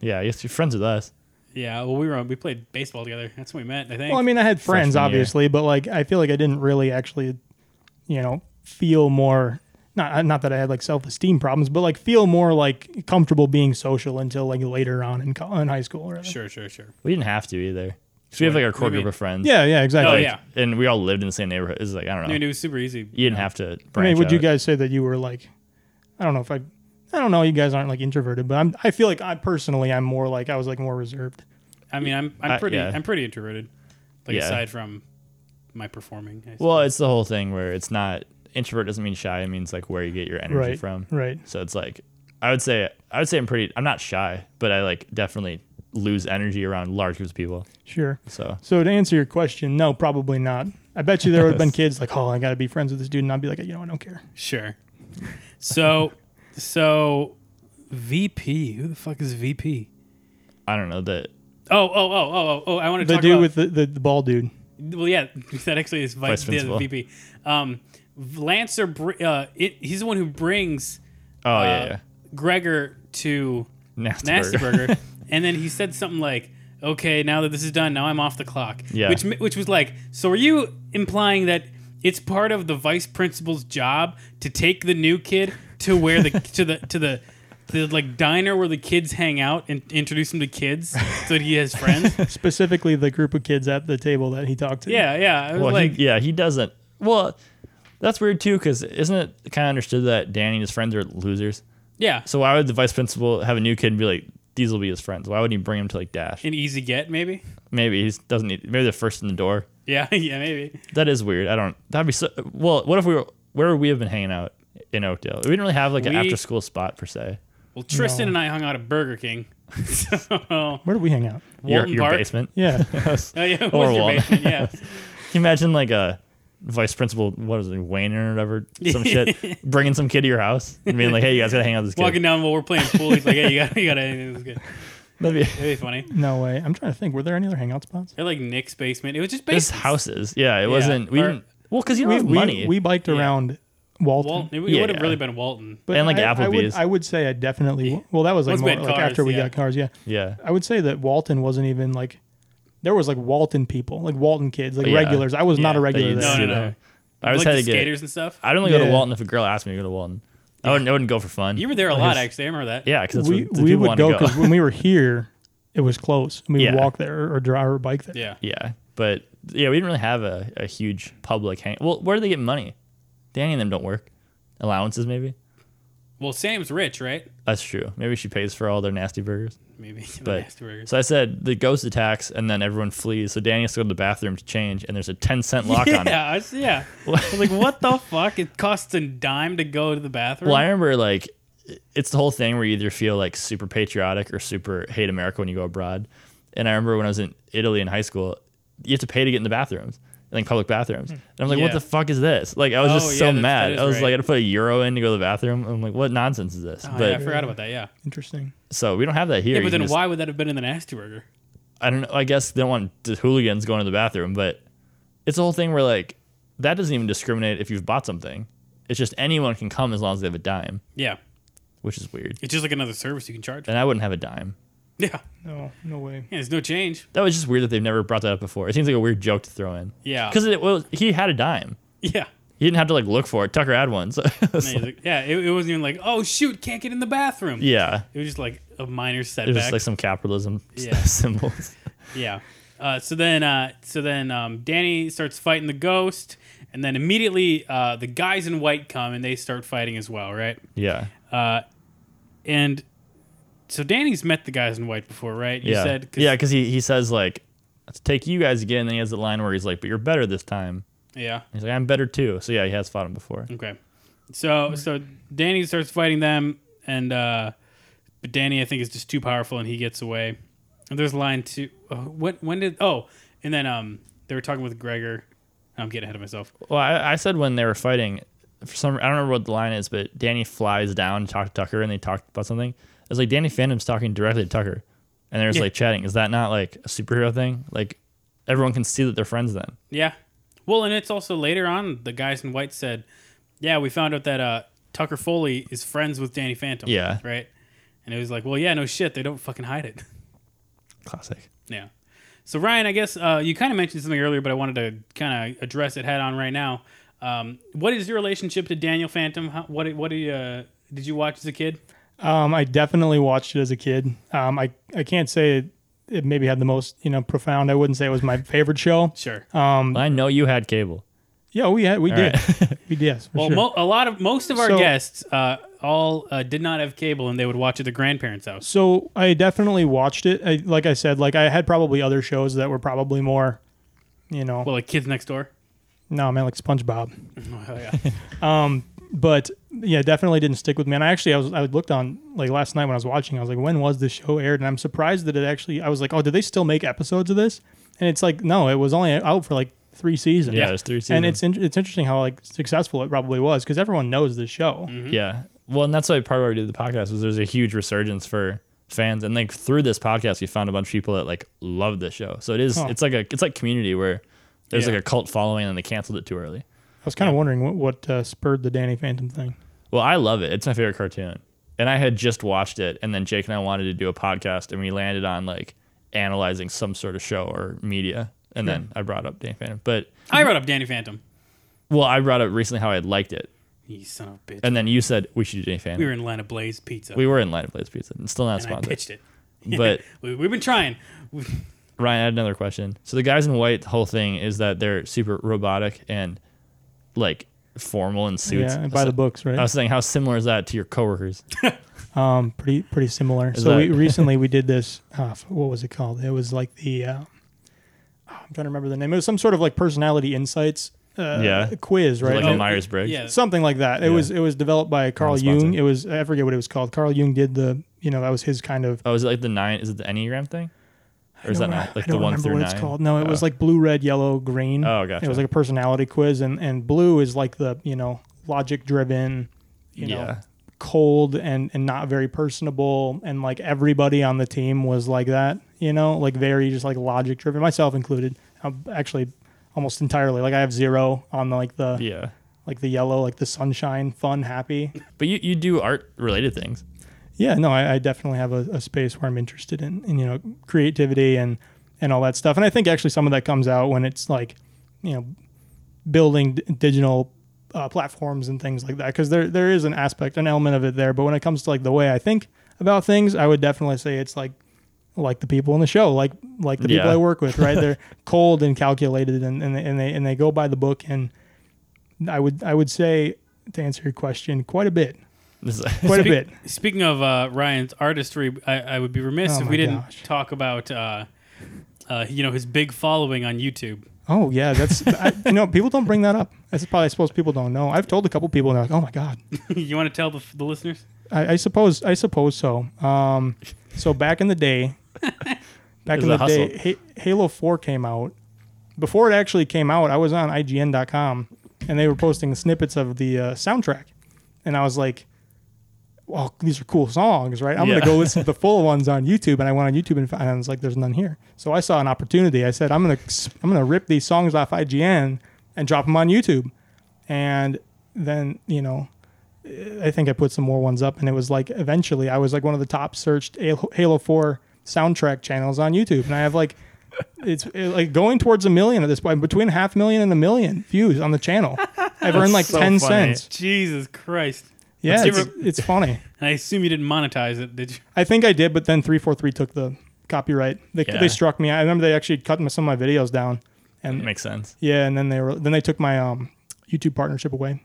Yeah, you have to be friends with us.
Yeah. Well, we were we played baseball together. That's when we met. I think.
Well, I mean, I had friends,
Freshman year.
obviously, but like, I feel like I didn't really actually, you know, feel more. Not not that I had like self esteem problems, but like feel more like comfortable being social until like later on in co- in high school. Or whatever.
sure, sure, sure.
We didn't have to either. So we have like our core
do you
group
mean?
of friends.
Yeah, yeah, exactly.
Oh,
Like,
yeah.
And we all lived in the same neighborhood. It's like I don't
I
know.
mean, it
You
was super easy.
didn't have to.
I
Branch
mean, would you
out.
guys say that you were like, I don't know if I, I don't know, you guys aren't like introverted, but I'm. I feel like I personally, I'm more like I was like more reserved.
I mean, I'm I'm
I-
pretty
Uh, yeah.
I'm pretty introverted. Like
Yeah.
aside from my performing. I
Well, it's the whole thing where it's not introvert doesn't mean shy. It means like where you get your energy
Right,
from.
right.
So it's like I would say I would say I'm pretty. I'm not shy, but I like definitely lose energy around large groups of people.
Sure.
So
So to answer your question, no, probably not. I bet you there would have been kids like, oh, I got to be friends with this dude, and I'd be like, you know, I don't care.
Sure. So, so VP. Who the fuck is VP?
I don't know that
Oh, oh, oh, oh, oh, oh! I want to
The
talk
dude
about,
with the, the, the bald dude.
Well, yeah, that actually is vice,
Vice principal.
the VP. Um, Lancer, br- uh, it, he's the one who brings
Oh
uh,
yeah, yeah.
Gregor to
Nasty,
Nasty
burger.
Burger, and then he said something like, "Okay, now that this is done, now I'm off the clock."
Yeah.
Which, which was like, so are you implying that it's part of the vice principal's job to take the new kid to where the <laughs> to the to the the like diner where the kids hang out and introduce him to kids so that he has
<laughs>
friends?
specifically the group of kids at the table that he talked to.
yeah, yeah. I was
<laughs> Well,
like,
he, yeah, he doesn't. Well, that's weird too, because isn't it kind of understood that Danny and his friends are losers?
yeah.
So why would the vice principal have a new kid and be like, these will be his friends? Why would he bring him to like Dash?
an easy get, maybe. <laughs>
Maybe he doesn't need. Maybe they're first in the door.
Yeah, yeah, maybe.
That is weird. I don't. That'd be so. Well, what if we were? Where would we have been hanging out in Oakdale? We didn't really have like an
We-
after school spot per se.
Well, Tristan
No.
and I hung out at Burger King. <laughs> So
Where do we hang out?
Your,
Walton
your
Park.
basement.
Yeah.
Oh, yeah, it
Or
was your
Walton.
basement, yeah.
Can you imagine like a vice principal? What is it, Wayne or whatever?
<laughs>
Some shit. Bringing some kid to your house and being like, hey, you guys gotta hang out with this kid.
Walking down while we're playing pool, he's like, "Hey, you got, to you got to This is
<laughs>
good.
That'd be-
That'd be funny."
no way. I'm trying to think. Were there any other hangout spots?
They're like Nick's basement. It was just
It's
basement.
houses. Yeah, it wasn't. We
or-
didn't. Well, because you don't
We,
have
we,
money.
we biked around Walton.
Walton. It,
Yeah,
would have
yeah.
really been Walton.
But
And, like,
I, I would,
Applebee's.
I would say I definitely. Well, that was like,
Once we
more,
had
like
cars,
after we
yeah.
got cars. Yeah.
yeah.
I would say that Walton wasn't even like. There was like Walton people, like Walton kids, like
Yeah.
regulars. I was not
Yeah.
a
That
regular there.
you'd
No,
see
no, no.
that. I always
like
had
the
to get.
skaters and stuff.
I don't really go to
Yeah.
Walton if a girl asked me to go to Walton. I wouldn't. I wouldn't go for fun.
You were there a lot, actually. I remember that.
Yeah, because that's
we
what the
we
people
would
want to
go
go.
because when we were here, it was close. And we
Yeah.
would walk there or, or drive or bike there.
yeah.
<laughs> yeah, but yeah, we didn't really have a, a huge public hang. Well, where do they get money? Danny and them don't work. Allowances, maybe.
Well, Sam's rich, right?
That's true. Maybe she pays for all their nasty burgers.
Maybe. <laughs> The
But
nasty burgers.
so I said the ghost attacks, and then everyone flees. So Danny has to go to the bathroom to change, and there's a ten cent
<laughs>
lock
yeah,
<laughs>
on it.
I s-
<laughs>
yeah. I was like, what the fuck? It costs a dime to go to the bathroom.
Well, I remember like it's the whole thing where you either feel like super patriotic or super hate America when you go abroad. And I remember when I was in Italy in high school, you have to pay to get in the bathrooms, like public bathrooms. And I'm like,
Hmm. Yeah.
what the fuck is this? Like, I was
Oh,
just
yeah,
so
that's- that
mad.
is
I was
right.
like, I had to put a euro in to go to the bathroom. I'm like, what nonsense is this?
Oh, yeah, I
but
forgot about that. Yeah.
Interesting.
so we don't have that here.
Yeah,
You
but
can
then
just-
why would that have been in the nasty burger?
I don't know. I guess they don't want the hooligans going to the bathroom, but it's the whole thing where like that doesn't even discriminate if you've bought something. It's just anyone can come as long as they have a dime,
Yeah.
which is weird.
It's just like another service you can charge. <laughs> for.
And I wouldn't have a dime.
Yeah. yeah
No, no way.
there's no change. <laughs>
That was just weird that they've never brought that up before. It seems like a weird joke to throw in.
Yeah.
Because it well, he had a dime.
Yeah.
You didn't have to like look for it. Tucker had one. So <laughs> it's like-
Amazing. yeah, it, it wasn't even like, oh shoot, can't get in the bathroom.
yeah,
It was just like a minor
it was
setback.
just like some capitalism s-
Yeah.
<laughs> symbols.
yeah. Uh, so then, uh, so then, um, Danny starts fighting the ghost, and then immediately uh, the guys in white come and they start fighting as well, right?
Yeah,
And so Danny's met the guys in white before, right? You
yeah,
said,
yeah. Because he he says like, "Let's take you guys again." And then he has the line where he's like, "But you're better this time."
yeah.
He's like, "I'm better too." So yeah, he has fought him before.
Okay. So so Danny starts fighting them, and uh, but Danny I think is just too powerful, and he gets away. And there's a line to uh, what when did oh and then um they were talking with Gregor. I'm getting ahead of myself.
Well, I, I said when they were fighting, for some I don't remember what the line is, but Danny flies down to talk to Tucker, and they talked about something. It's like Danny Phantom's talking directly to Tucker, and they're just
Yeah.
like chatting. Is that not like a superhero thing? Like everyone can see that they're friends then.
Yeah. Well, and it's also later on the guys in white said, "Yeah, we found out that uh, Tucker Foley is friends with Danny Phantom."
Yeah.
Right. And it was like, well, yeah, no shit, they don't fucking hide it.
Classic.
Yeah. So Ryan, I guess uh, you kind of mentioned something earlier, but I wanted to kind of address it head on right now. Um, what is your relationship to Daniel Phantom? How, what what do you, uh, did you watch as a kid?
Um, I definitely watched it as a kid. Um, I I can't say it, it maybe had the most you know profound. I wouldn't say it was my favorite show.
Sure.
Uh,
Well, I know you had cable.
Yeah, we had we did
<laughs>
we did. yes, for
well,
sure.
mo- a lot of most of our
So-
guests uh, all uh, did not have cable, and they would watch at their grandparents' house.
so I definitely watched it. I, like I said, like I had probably other shows that were probably more, you know,
Well, like kids next door.
no, man, like SpongeBob.
<laughs> Oh, yeah.
But yeah, definitely didn't stick with me. And I actually I was I looked on like last night when I was watching. I was like, when was this show aired? And I'm surprised that it actually. I was like, oh, did they still make episodes of this? And it's like, no, it was only out for like three seasons.
Yeah, there's three seasons.
And it's in, it's interesting how like successful it probably was because everyone knows this show.
Hmm?
Yeah. Well, and that's why part of why we did the podcast was there's a huge resurgence for fans, and like through this podcast, we found a bunch of people that like love the show. So it is,
Huh.
it's like a, it's like community where there's
Yeah.
like a cult following, and they canceled it too early.
I was kind of wondering what, what uh, spurred the Danny Phantom thing.
Well, I love it. It's my favorite cartoon, and I had just watched it, and then Jake and I wanted to do a podcast, and we landed on like analyzing some sort of show or media, and then I brought up Dan Phantom. But
<laughs> I brought up Danny Phantom.
well, I brought up recently how I liked it,
You son of a bitch.
and then you said we should do Dan Phantom.
we were in line of Blaze Pizza.
we were in Light of Blaze Pizza, and still not
and I
sponsored.
pitched it. <laughs>
But
We, we've been trying. We-
Ryan, I had another question. So the guys in white, the whole thing is that they're super robotic and like formal in suits.
Yeah, and by the books, right?
I was saying, how similar is that to your coworkers?
Um, pretty pretty similar. so we
that- <laughs>
recently we did this. Uh, f- what was it called? It was like the. Uh, oh, I'm trying to remember the name. It was some sort of like personality insights. Uh,
Yeah.
Quiz, right?
Like
Oh,
a Myers Briggs.
yeah.
something like that. It
Yeah.
was it was developed by Carl
Non-sponsored.
Jung. It was I forget what it was called. Carl Jung did the you know that was his kind of.
Oh, is it like the nine? Is it the Enneagram thing? Or is that
I
not
don't
like the one
remember
through
what
nine?
it's called. No, it was
Oh.
like blue, red, yellow, green.
Oh, gotcha.
It was like a personality quiz, and and blue is like the you know logic driven, you know,
Yeah.
cold and and not very personable, and like everybody on the team was like that, you know, like very just like logic driven, myself included. I'm actually almost entirely like I have zero on like the
yeah.
like the yellow, like the sunshine, fun, happy.
But you, you do art related things. <laughs>
Yeah, no, I, I definitely have a, a space where I'm interested in, in you know creativity and and all that stuff. And I think actually some of that comes out when it's like you know building d- digital uh, platforms and things like that because there there is an aspect, an element of it there. But when it comes to like the way I think about things, I would definitely say it's like like the people in the show, like like the people
Yeah.
I work with, right? They're cold and calculated, and and they, and they and they go by the book. And I would I would say to answer your question, quite a bit,
This is-
quite a
Speak-
bit.
Speaking of uh, Ryan's artistry, I, I would be remiss
Oh
if
my
we didn't
gosh.
talk about uh, uh, you know his big following on YouTube. <laughs>
Oh yeah, that's I, you know people don't bring that up. That's probably I suppose people don't know. I've told a couple people and they're like, oh my god.
you want to tell the, the listeners?
I, I suppose I suppose so. Um, so back in the
<laughs>
day, back
was
in
a
the day, ha- Halo Four came out. Before it actually came out, I was on IGN.com and they were posting snippets of the uh, soundtrack, and I was like. Well, these are cool songs, right? I'm
Yeah.
gonna go listen to the
<laughs>
full ones on YouTube, and I went on YouTube and found- and I was like, "There's none here." So I saw an opportunity. I said, "I'm gonna, I'm gonna rip these songs off IGN and drop them on YouTube." And then, you know, I think I put some more ones up, and it was like eventually I was like one of the top searched Halo Halo 4 soundtrack channels on YouTube, and I have like <laughs>
<laughs>
it's it, like going towards a million at this point, between half million and a million views on the channel. I've earned like
so
10
funny.
cents.
Jesus Christ.
Yeah,
Let's
it's,
see
it's funny.
And I assume you didn't monetize it,
<laughs>
did you?
I think I did, but then 343 took the copyright. They,
Yeah.
they struck me. I remember they actually cut my- some of my videos down. And
Makes sense.
yeah, and then they were then they took my um, YouTube partnership away.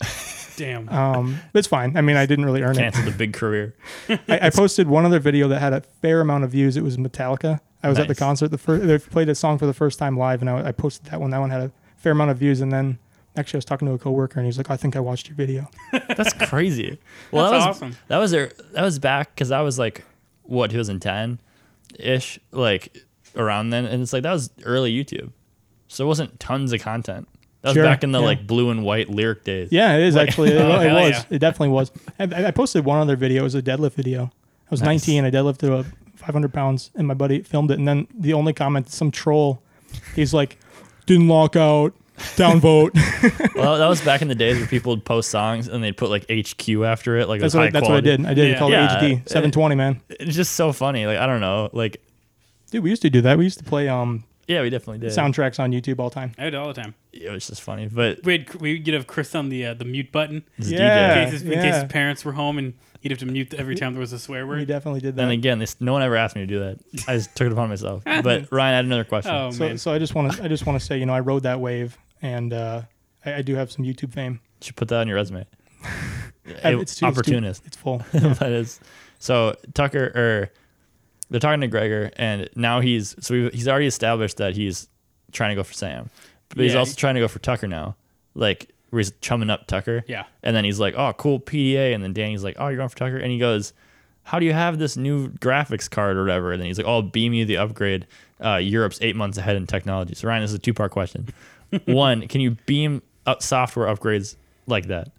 Damn.
Um, but it's fine. I mean, I didn't really earn it.
Canceled a
<laughs>
big career.
I, I posted one other video that had a fair amount of views. It was Metallica. I was at the
Nice.
concert. The first they played a song for the first time live, and I, I posted that one. That one had a fair amount of views. And then actually, I was talking to a coworker, and he was like, "I think I watched your video."
That's crazy. Well,
That's
that was,
awesome.
That was their, that was back because I was like, what 2010 ish, like around then, and it's like that was early YouTube, so it wasn't tons of content. That was
Sure,
back in the
yeah.
like blue and white lyric days.
Yeah, it is actually. <laughs> It, it
hell
was.
yeah.
Oh, It definitely was. I, I- I posted one other video. It was a deadlift video. I was 19. I deadlifted a 500 pounds, and my buddy filmed it. And then the only comment, some troll, he's like, "Didn't lock out, downvote." <laughs>
Well, that was back in the days where people would post songs and they'd put like HQ after it. Like it was
that's what. I,
high
that's what I
quality.
did. I did.
Yeah.
it called
Yeah,
HD
it-
720, man.
It's just so funny. Like I don't know. Like
Dude, we used to do that. We used to play um
yeah, we definitely did.
soundtracks on YouTube all the time.
I do it all the time.
It was just funny, but
We had, we would have Chris on the uh, the mute button in
it's
Yeah.
DJ.
case, his, in case
yeah.
his parents were home and he'd have to mute every time there was a swear
We
word.
definitely did that.
Then again, this, no one ever asked me to do that. I just took it
<laughs>
upon myself. But Ryan, I had another question.
Oh
so,
man.
so I just want to I just want to say, you know, I rode that wave, and uh, I, I do have some YouTube fame.
You should put that on
<laughs>
your resume.
I-
It-
too-
opportunist.
It's, too,
<laughs>
it's full. <laughs>
but it's so Tucker or they're talking to Gregor, and now he's so we've, he's already established that he's trying to go for Sam, but he's
Yeah.
also trying to go for Tucker now. Like where he's chumming up Tucker.
Yeah.
And then he's like, "Oh, cool PDA," and then Danny's like, "Oh, you're going for Tucker," and he goes. How do you have this new graphics card or whatever? And then he's like, "Oh, beam you the upgrade. Uh, Europe's eight months ahead in technology." So Ryan, this is a
<laughs>
two-part question. One, can you beam up software upgrades like that?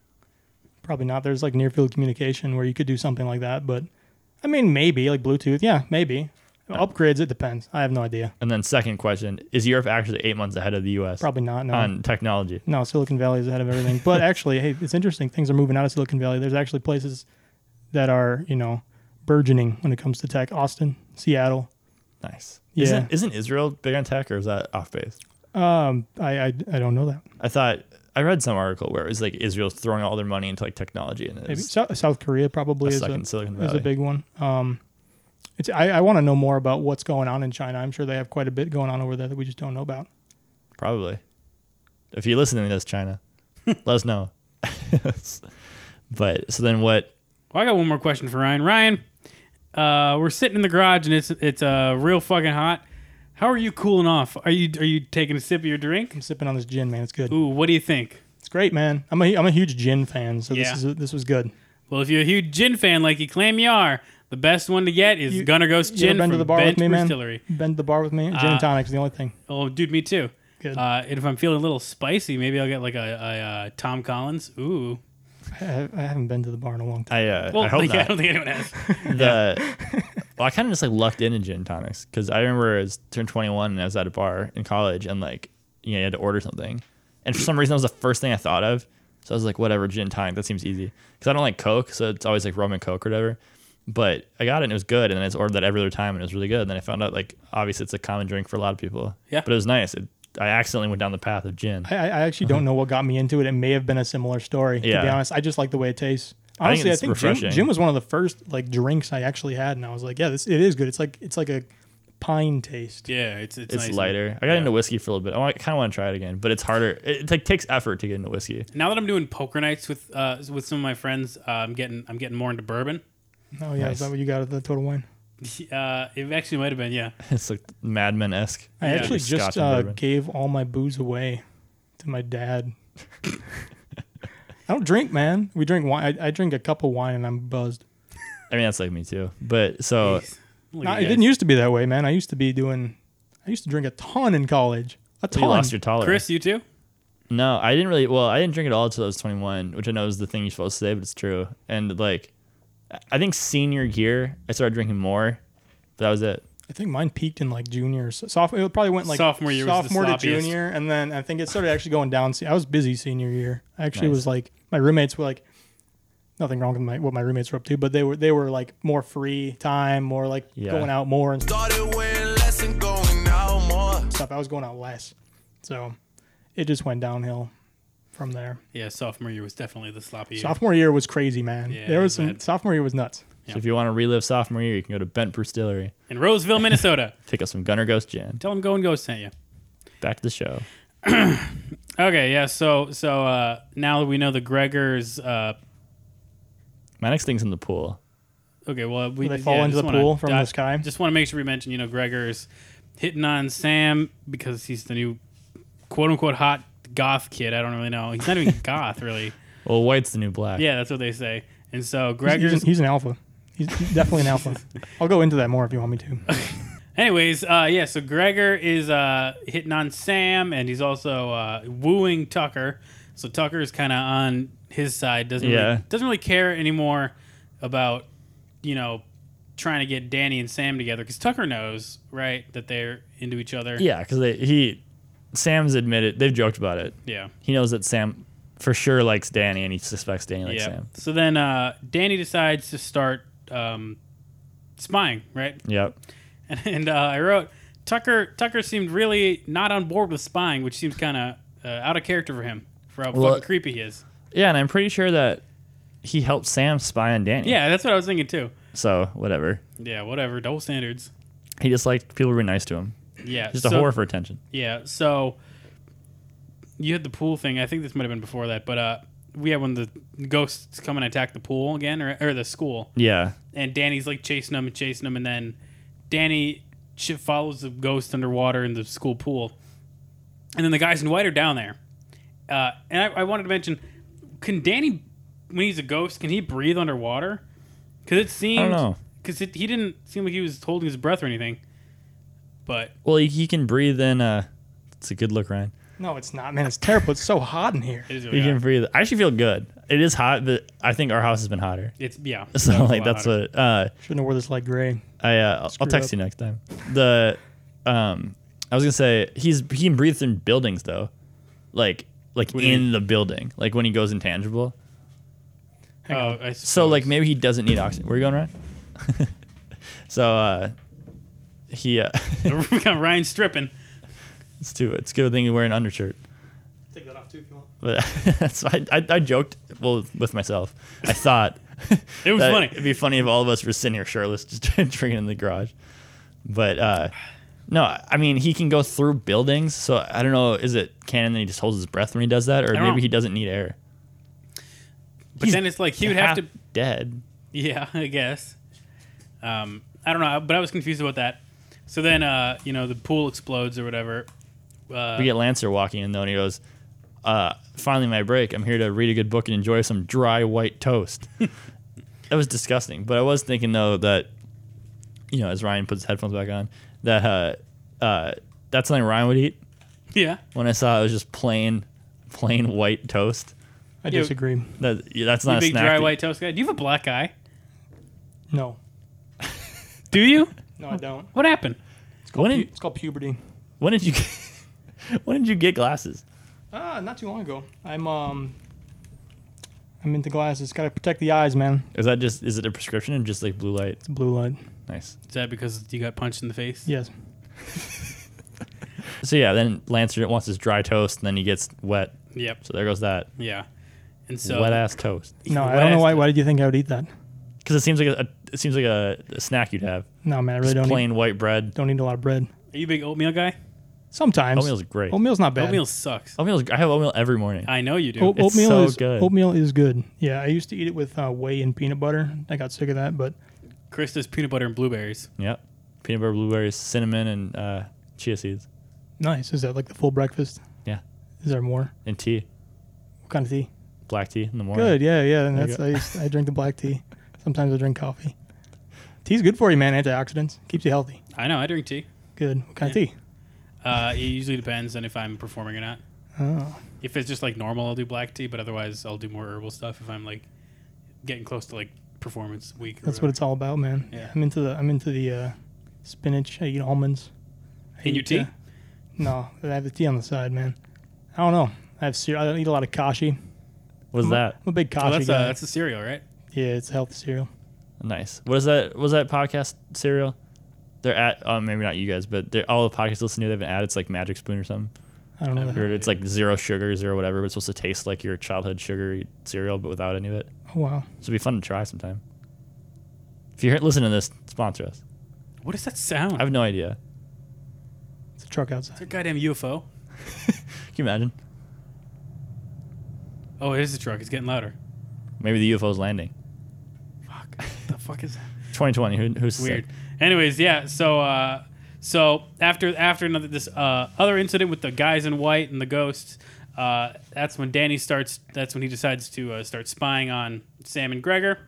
Probably not. There's like near field communication where you could do something like that, but I mean, maybe like Bluetooth. Yeah, maybe
Uh,
upgrades. It depends. I have no idea.
And then second question, is Europe actually eight months ahead of the US?
Probably not. No.
on technology.
no, Silicon Valley is ahead of everything. But actually, hey, it's interesting. Things are moving out of Silicon Valley. There's actually places that are, you know, burgeoning when it comes to tech. Austin, Seattle.
Nice.
Yeah.
Isn't, isn't Israel big on tech or is that off base?
Um, I, I, I don't know that.
I thought I read some article where it was like Israel's throwing all their money into like technology and
Maybe
it's,
Sou- South Korea probably
That's
is
like
a,
in Silicon
is a
Valley.
big one. Um, it's I, I want to know more about what's going on in China. I'm sure they have quite a bit going on over there that we just don't know about.
probably. If you listen to
<laughs>
this, China, let us know. <laughs> but so then what?
Well, I got one more question for Ryan. Ryan, uh, we're sitting in the garage and it's it's uh, real fucking hot. How are you cooling off? Are you are you taking a sip of your drink?
I'm sipping on this gin, man. It's good.
Ooh, what do you think?
It's great, man. I'm a I'm a huge gin fan, so
Yeah.
this is this was good.
Well, if you're a huge gin fan like you claim you are, the best one to get is
You-
Gunner Ghost
You ever
Gin
been
from Uh,
to the bar
Bent
with me, man?
Distillery.
Been to the bar with me. Gin and tonic's the only thing.
Oh, dude, me too.
Good.
Uh, and if I'm feeling a little spicy, maybe I'll get like a, a uh, Tom Collins. Ooh.
I, I haven't been to the bar in a long time.
I, uh,
Well,
I
<laughs>
hope
like, I
not.
don't think anyone
<laughs>
has.
the well, I kind of just like lucked into gin tonics because I remember I was turned 21 and I was at a bar in college and like you know you had to order something, and for some reason that was the first thing I thought of. So I was like, whatever, gin tonic. That seems easy because I don't like Coke, so it's always like rum and Coke or whatever. But I got it and it was good, and then I just ordered that every other time and it was really good. And then I found out like obviously it's a common drink for a lot of people.
Yeah.
But it was nice. It, I accidentally went down the path of gin.
I, I I actually don't know what got me into it. It may have been a similar story. To
Mm-hmm. Yeah.
be honest, I just like the way it tastes. Honestly, I
it's
think, gin,
refreshing.
gin was one of the first like drinks I actually had, and I was like, yeah, this it is good. It's like it's like a pine taste.
Yeah, it's it's,
It's
nice.
lighter. I got into whiskey for a little bit. I, kind of want to try it again, but it's harder. It, it like, takes effort to get into whiskey.
Now that I'm doing poker nights with uh, with some of my friends, uh, I'm getting I'm getting more into bourbon.
Oh yeah, is
Nice.
that what you got at the Total Wine?
Uh, it actually might have been yeah.
It's like Mad Men esque.
I actually
Scotch
just
and
uh,
bourbon.
gave all my booze away to my dad. <laughs> I don't drink, man. We drink wine. I, I drink a cup of wine and I'm buzzed.
I mean, that's like me too. But so
Look
No,
at
it
you
didn't
guys.
used to be that way, man. I used to be doing. I used to drink a ton in college. A
so
ton.
you lost your tolerance.
Chris, you too?
No, I didn't really. Well, I didn't drink at all until I was 21, which I know is the thing you're supposed to say, but it's true. And like, I- I think senior year, I started drinking more, but that was it.
I think mine peaked in like junior, so- sophomore. It probably went like
Sophomore year was the
sophomore to
sloppiest.
junior, and then I think it started actually going down. See, I was busy senior year. I actually
Nice.
was like my roommates were like nothing wrong with my what my roommates were up to, but they were they were like more free time, more like
Yeah.
going out more and
Started wearing less and going out more.
stuff. I was going out less, so it just went downhill. from there.
Yeah, sophomore year was definitely the sloppy year.
Sophomore year was crazy, man.
Yeah,
there was
I
some
bet.
sophomore year was nuts.
Yeah.
So if you want to relive sophomore year, you can go to Bent Bruce Distillery,
In Roseville, Minnesota. <laughs>
pick up some Gunner Ghost Gin.
Tell them Go and Go sent you.
Back to the show.
Okay, yeah. So so uh, now that we know the Gregors. Uh,
My next thing's in the pool.
okay, well we
They fall
yeah,
into
just
the
wanna
pool from
di-
the sky?
Just want to make sure we mention you know Gregors hitting on Sam because he's the new quote unquote hot goth kid. I don't really know. He's not
<laughs>
even goth really.
Well, white's the new black.
Yeah, that's what they say. And so
He's, he's
Gregors.
an, he's an alpha. He's definitely
<laughs>
an alpha. I'll go into that more if you want me to.
Anyways, uh, yeah, so Gregor is uh, hitting on Sam, and he's also uh, wooing Tucker. So Tucker is kind of on his side. Doesn't
Yeah.
really, doesn't really care anymore about you know trying to get Danny and Sam together because Tucker knows right that they're into each other.
Yeah, because he, Sam's admitted they've joked about it.
Yeah.
He knows that Sam for sure likes Danny, and he suspects Danny likes
Yeah.
Sam.
So then uh, Danny decides to start um, spying, right?
Yep.
And, and uh, I wrote Tucker. Tucker seemed really not on board with spying, which seems kind of uh, out of character for him, for how
Well,
fucking creepy he is.
Yeah, and I'm pretty sure that he helped Sam spy on Danny.
Yeah, that's what I was thinking too.
So whatever.
Yeah, whatever. Double standards.
He just liked people were nice to him.
Yeah,
Just
so-
a whore for attention.
Yeah, so you had the pool thing. I think this might have been before that, but uh, we had when the ghosts come and attack the pool again, or, or the school.
Yeah.
and Danny's like chasing him and chasing him, and then Danny sh- follows the ghost underwater in the school pool, and then the guys in white are down there. Uh, and I, I wanted to mention, can Danny, when he's a ghost, can he breathe underwater? Because it seemed,
know.
because he didn't seem like he was holding his breath or anything. But
Well, he, he can breathe in. Uh, it's a good look, Ryan.
No, it's not, man. It's terrible. It's so hot in here.
it is
He
really
can
hot.
breathe. I actually feel good. It is hot, but I think our house has been hotter. <laughs>
it's yeah.
So
it's a
like
lot
that's
hotter.
what. Uh,
Shouldn't have wore this light gray.
I uh, I'll- I'll
Screw
text
up.
you next time. The um, I was gonna say he's he can breathe in buildings though, like like
do you
in the building, like when he goes intangible.
Oh, I
<laughs> So
suppose. <laughs>
like maybe he doesn't need oxygen. Where you going, Ryan? so uh, he uh, <laughs>
we got Ryan stripping.
it's too it's a good thing you wear an undershirt.
Take that off too if you want.
But <laughs> that's I, I I joked well with myself. I thought
<laughs> It was
that
funny.
<laughs> It'd be funny if all of us were sitting here shirtless, just <laughs> drinking in the garage. But uh, no, I mean he can go through buildings. So I don't know. Is it canon that he just holds his breath when he does that, or
don't
maybe
know.
he doesn't need air?
But then it's like he would have
Half
to
dead.
Yeah, <laughs> I guess. Um, I don't know, but I was confused about that. So then, uh, you know, the pool explodes or whatever. <laughs> Uh,
We get Lancer walking in though, and he goes, uh, "Finally, my break. I'm here to read a good book and enjoy some dry white toast." <laughs> that was disgusting, but I was thinking though that, you know, as Ryan puts his headphones back on, that uh, uh, that's something Ryan would eat.
yeah,
When I saw it, it was just plain, plain white toast.
I
Yeah.
disagree.
That yeah, that's not
you
a
big
snack.
dry
that-
white toast guy. Do you have a black eye?
No,
Do
<laughs>
you?
no, I don't.
What happened?
When
Pu-
did,
It's called puberty.
when did you get- <laughs> when did you get glasses?
Ah, not too long ago. I'm um, I'm into glasses. Got to protect the eyes, man.
Is that just is it a prescription and just like blue light?
It's blue light.
Nice.
Is that because you got punched in the face?
Yes.
So yeah, then Lancer wants his dry toast, and then he gets wet.
Yep.
So there goes that
Yeah. And so
wet ass toast.
No, I
Wet
don't know
ass
why. Why did you think I would eat that?
Because it seems like a, it seems like a, a snack you'd have.
No, man. I really
Just
don't. Eat,
plain white bread.
don't eat a lot of bread.
Are you a big oatmeal guy?
Sometimes
Oatmeal's great.
Oatmeal's not bad. Oh.
Oatmeal sucks.
Oatmeal's I have oatmeal every morning.
I know you do.
O-
It's
oatmeal
so
is
good.
oatmeal is good. Yeah, I used to eat it with uh, whey and peanut butter. I got sick of that, but
Chris does peanut butter and blueberries.
yep. Peanut butter, blueberries, cinnamon, and uh, chia seeds,
nice. Is that like the full breakfast?
Yeah.
Is there more?
and tea,
What kind of tea?
black tea in the morning.
Good. Yeah, yeah. And
There you
that's
go.
I, used, I drink the
<laughs>
black tea. Sometimes I drink coffee. Tea's good for you, man. Antioxidants keeps you healthy.
I know. I drink tea.
Good. What kind of tea? <laughs>
Uh, it usually depends on if I'm performing or not.
Oh,
If it's just like normal, I'll do black tea, but otherwise, I'll do more herbal stuff if I'm like getting close to like performance week. or
that's
whatever.
what it's all about, man.
Yeah.
I'm into the I'm into the uh, spinach. I eat almonds. I
In your
eat,
tea?
uh, no, I have the tea on the side, man. I don't know. I have cereal. I don't eat a lot of kashi.
What's that?
I'm a big kashi
Oh, that's a,
guy.
that's a cereal, right?
yeah, it's a healthy cereal.
Nice. What is that? Was that podcast oh, cereal? They're at uh, maybe not you guys, but they're all the podcasts I listen to. They've an ad. It's like Magic Spoon or something.
I don't know.
Or It's like zero sugar, zero whatever, but it's supposed to taste like your childhood sugary cereal, but without any of it.
Oh, wow.
So it'd be fun to try sometime. If you're listening to this, sponsor us.
What does that sound?
I have no idea.
It's a truck outside.
a goddamn UFO.
Can you imagine?
Oh, it is a truck. It's getting louder.
Maybe the UFO's landing.
Fuck. What the fuck is that?
2020. Who, who's to say?
Weird. Anyways, yeah. So, uh, so after after another this uh, other incident with the guys in white and the ghosts, uh, that's when Danny starts. That's when he decides to uh, start spying on Sam and Gregor.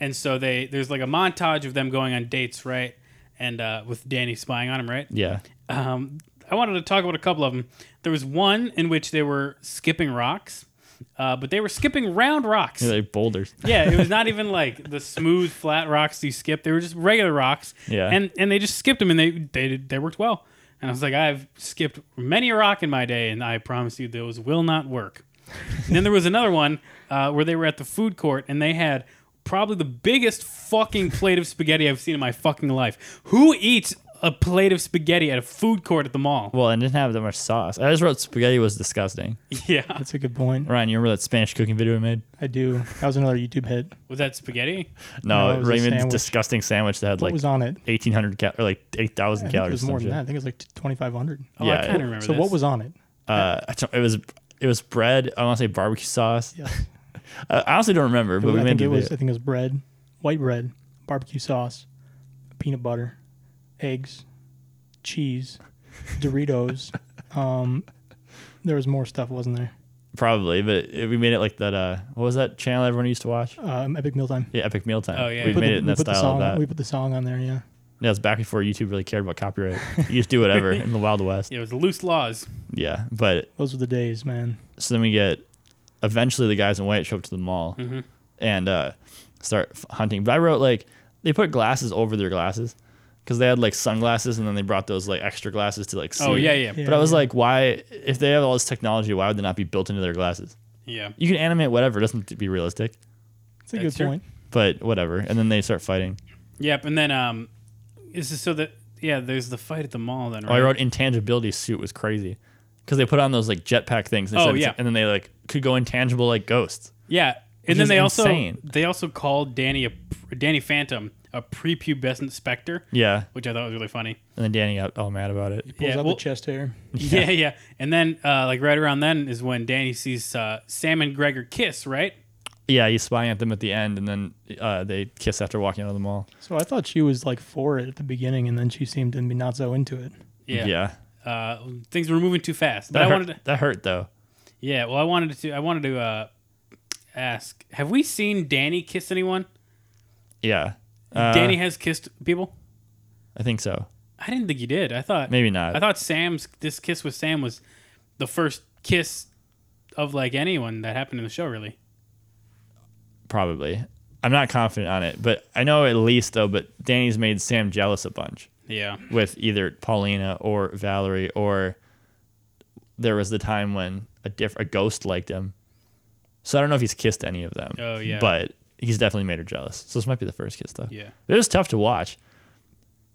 And so they there's like a montage of them going on dates, right? And uh, with Danny spying on him, right?
Yeah.
um, I wanted to talk about a couple of them. There was one in which they were skipping rocks, uh, but they were skipping round rocks.
They're like boulders.
<laughs> yeah, it was not even like the smooth flat rocks you skip. They were just regular rocks.
Yeah.
and and they just skipped them, and they they did- they worked well. And I was like, I've skipped many a rock in my day, and I promise you, those will not work. And then there was another one uh, where they were at the food court and they had probably the biggest fucking plate of spaghetti I've seen in my fucking life. Who eats a plate of spaghetti at a food court at the mall?
<laughs> Well, and didn't have that much sauce. I just wrote spaghetti was disgusting.
Yeah.
That's a good point.
Ryan, you remember that Spanish cooking video we made?
I do. That was another YouTube hit.
Was that spaghetti?
No,
No, it was a
Ray made this
sandwich.
disgusting sandwich that had
What
like
was on it?
1,800 cal- or like 8,000
I think it
calories.
was
or
more
some
than that. I
shit.
think it was like 2,500.
Oh, I
Yeah,
kind of remember
So
this.
what was on it?
Uh, I don't- it was it was bread. I want to say barbecue sauce.
Yes.
I I honestly don't remember, but we
I
made
think
the
it was. I
video.
think it was bread, white bread, barbecue sauce, peanut butter, eggs, cheese,
<laughs>
Doritos. um, there was more stuff, wasn't there?
probably, but it, we made it like that. Uh, what was that channel everyone used to watch?
Um, Epic Mealtime.
Yeah, Epic Mealtime.
Oh, yeah.
we
We put
made
the,
it in
we
that
put the
style.
song
Of
on-
that.
We put the song on there. Yeah.
yeah, it was back before YouTube really cared about copyright. you
<laughs>
just do whatever in the Wild West.
Yeah, it was loose laws.
Yeah, but
Those were the days, man.
so then we get eventually the guys in white show up to the mall
Mm-hmm.
and uh, start f- hunting. But I wrote like they put glasses over their glasses because they had like sunglasses and then they brought those like extra glasses to like see.
Oh, yeah,
it.
yeah.
Yeah.
But I was like, why? If they have all this technology, why would they not be built into their glasses?
Yeah.
You can animate whatever. It doesn't have to be realistic,
It's a
That's
good
true.
point.
but whatever. And then they start fighting.
Yep. And then, um, this is so that, yeah, there's the fight at the mall then,
Oh,
right?
I wrote intangibility suit was crazy because they put on those like jetpack things. And
Oh,
said it's-
yeah.
and then they like could go intangible like ghosts.
Yeah, and
is
then they
insane.
also they also called Danny a Danny Phantom a prepubescent specter,
Yeah,
which I thought was really funny.
and then Danny got all mad about it.
Pulls
yeah,
out
well-
the chest hair.
<laughs> Yeah, yeah. And then uh, like right around then is when Danny sees uh, Sam and Gregor kiss, right?
Yeah, he's spying at them at the end, and then uh, they kiss after walking out of the mall.
So I thought she was like for it at the beginning, and then she seemed to be not so into it.
Yeah.
yeah.
Uh, things were moving too fast. But
<laughs> That,
I
hurt,
wanted to,
that hurt though.
Yeah, well I wanted to I wanted to uh, ask, have we seen Danny kiss anyone?
Yeah, uh,
Danny has kissed people?
I think so.
I didn't think he did. I thought
Maybe not.
I thought Sam's this kiss with Sam was the first kiss of like anyone that happened in the show, really.
Probably. I'm not confident on it, but I know at least though. But Danny's made Sam jealous a bunch
Yeah.
with either Paulina or Valerie, or there was the time when a diff- a ghost liked him. So I don't know if he's kissed any of them.
Oh, yeah.
But he's definitely made her jealous. So this might be the first kiss though.
Yeah.
It was tough to watch.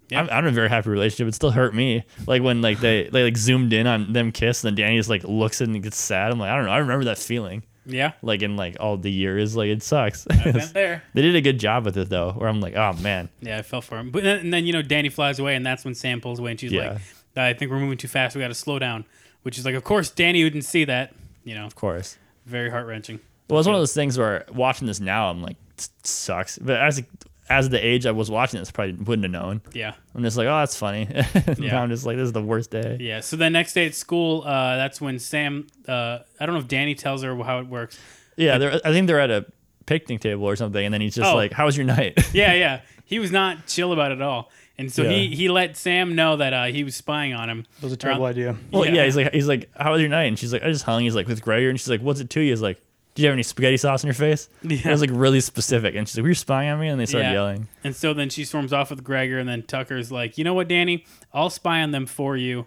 Yeah.
I'm, I'm in a very happy relationship. It still hurt me. Like when like they, they like zoomed in on them kiss and then Danny just like looks and gets sad. I'm like, I don't know. I remember that feeling.
Yeah.
Like in like all the years. Like it sucks. <laughs>
Went there.
they did a good job with it though, where I'm like, oh man.
Yeah, I fell for him. But then, and then you know Danny flies away, and that's when Sam pulls away, and she's
Yeah.
like, "I think we're moving too fast. We got to slow down." Which is like, of course, Danny wouldn't see that. You know,
Of course.
very heart wrenching.
Well, it's one of those things where watching this now, I'm like, "This sucks. But as as the age I was watching this, probably wouldn't have known.
Yeah,
I'm just like, oh, that's funny. <laughs>
Yeah.
Now I'm just like, this is the worst day.
yeah. So then next day at school, uh, that's when Sam. Uh, I don't know if Danny tells her how it works.
Yeah, they're, I think they're at a picnic table or something, and then he's just
Oh.
like, "How was your night?" <laughs>
Yeah, yeah. He was not chill about it at all, and so he
Yeah.
he let Sam know that uh, he was spying on him.
It was a terrible idea.
well, yeah.
Yeah.
he's like, he's like, "How was your night?" And she's like, "I just hung." He's like, "With Gregor," and she's like, "What's it to you?" He's like, "Did you have any spaghetti sauce in your face?"
Yeah.
And it was like really specific, and she's like, "Were you spying on me?" And they started
Yeah.
yelling.
And so then she storms off with Gregor, and then Tucker's like, "You know what, Danny? I'll spy on them for you."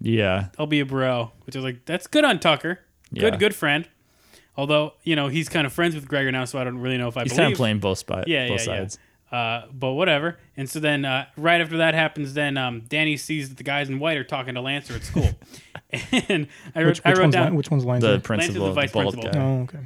Yeah,
I'll be a bro, which is like that's good on Tucker. Good,
Yeah.
good friend. Although you know he's kind of friends with Gregor now, so I don't really know if I
he's
believe.
kind of playing both spot,
yeah,
both
yeah,
sides.
yeah. Uh, but whatever. And so then, uh, right after that happens, then um, Danny sees that the guys in white are talking to Lancer at school, <laughs> and I wrote,
Which, which
I wrote
one's
down
Lin- which one's Lions?
The
Lane?
principal,
the
of
vice
the bald
principal.
guy.
oh, okay.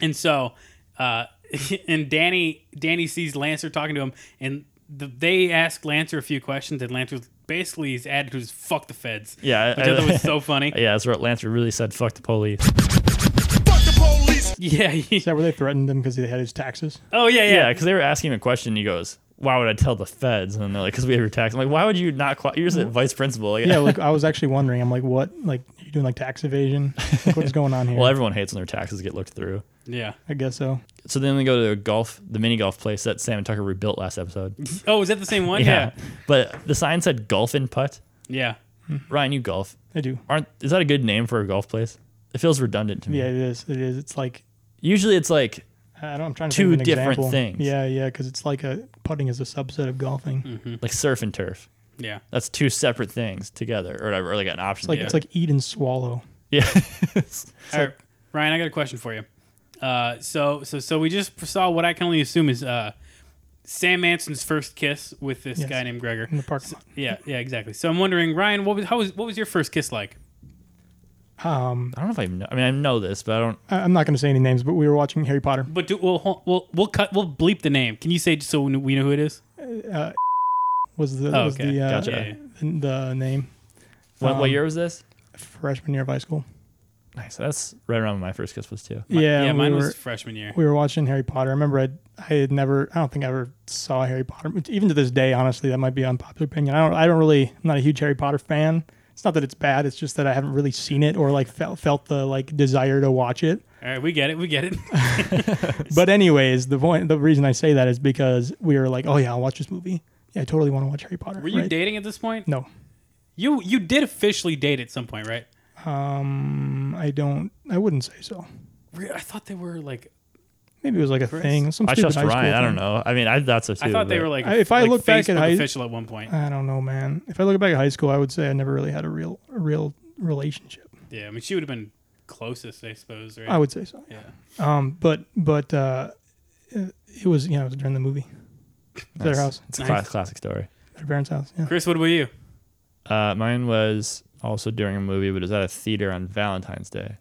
And so, uh, <laughs> and Danny Danny sees Lancer talking to him, and the, they ask Lancer a few questions, and Lancer's basically his attitude is "fuck the feds."
Yeah,
which I, thought was so funny.
Yeah, that's what Lancer really said. Fuck the police.
Fuck the police.
yeah. he-
Is that where they threatened him because he had his taxes?
oh yeah,
Yeah,
yeah.
because they were asking him a question. and He goes, "Why would I tell the feds?" And they're like, "Because we have your tax." I'm like, "Why would you not? Qual- You're just a vice principal." Like,
Mm-hmm. Yeah, like I was actually wondering. I'm like, what? Like, are you doing like tax evasion? Like, what is going on here?
<laughs> <laughs> well, everyone hates when their taxes get looked through.
Yeah.
I guess so.
So then they go to the golf, the mini golf place that Sam and Tucker rebuilt
<laughs>
last episode.
Oh, is that the same one?
but the sign said golf and putt.
Yeah.
Ryan, you golf.
I do.
Aren't is that a good name for a golf place? It feels redundant to me.
Yeah, it is. It is. It's like
Usually it's like
I don't. I'm trying to
Two
think of an
different
example.
things.
Yeah, yeah, because it's like a putting is a subset of golfing.
Mm,
like surf and turf.
Yeah.
That's two separate things together, or whatever, or like an option.
It's like
yeah.
it's like eat and swallow.
yeah. <laughs>
All right, Ryan, I got a question for you. Uh, so, so, so we just saw what I can only assume is uh, Sam Manson's first kiss with this
Yes.
guy named Gregor.
In the parking lot.
Yeah, yeah, exactly. So I'm wondering, Ryan, what was how was what was your first kiss like?
I don't know if I even know. I mean, I know this, but I don't.
I- I'm not going to say any names, but we were watching Harry Potter.
But do, we'll hol- we'll we'll cut we'll bleep the name. Can you say just so we know who it is?
Was the
Oh,
was
okay.
the, uh,
Gotcha.
Yeah,
the the name
What, what
Um,
year was this?
freshman year of high school?
Nice. That's right around when my first kiss was too.
yeah,
yeah,
we
mine
were,
was freshman year.
we were watching Harry Potter. I remember I I had never I don't think I ever saw Harry Potter. Even to this day, honestly, that might be unpopular opinion. I don't I don't really I'm not a huge Harry Potter fan. It's not that it's bad. It's just that I haven't really seen it or like felt felt the like desire to watch it.
All right, we get it, we get
<laughs>
it.
But anyways, the point the reason I say that is because we were like, oh yeah, I'll watch this movie. Yeah, I totally want to watch Harry Potter.
Were you
right?
dating at this point?
No,
You you did officially date at some point, right?
I don't. I wouldn't say so.
Re- I thought they were like
Maybe it was like a thing. Some
I
stupid
trust
high school
Ryan. I
thing.
don't know. I mean, I thought so too.
I thought they
but-
were like
I- if I
like
look back at
Facebook
high-
official at one point.
I don't know, man. If I look back at high school, I would say I never really had a real a real relationship.
Yeah, I mean she would have been closest, I suppose. Right?
I would say so.
Yeah.
Um, but but uh, it was you know it was during the movie. It was At their house,
It's a
Nice.
class, classic story.
at her parents' house. Yeah.
Chris, what about you?
Uh, mine was also during a movie, but it was at a theater on Valentine's Day.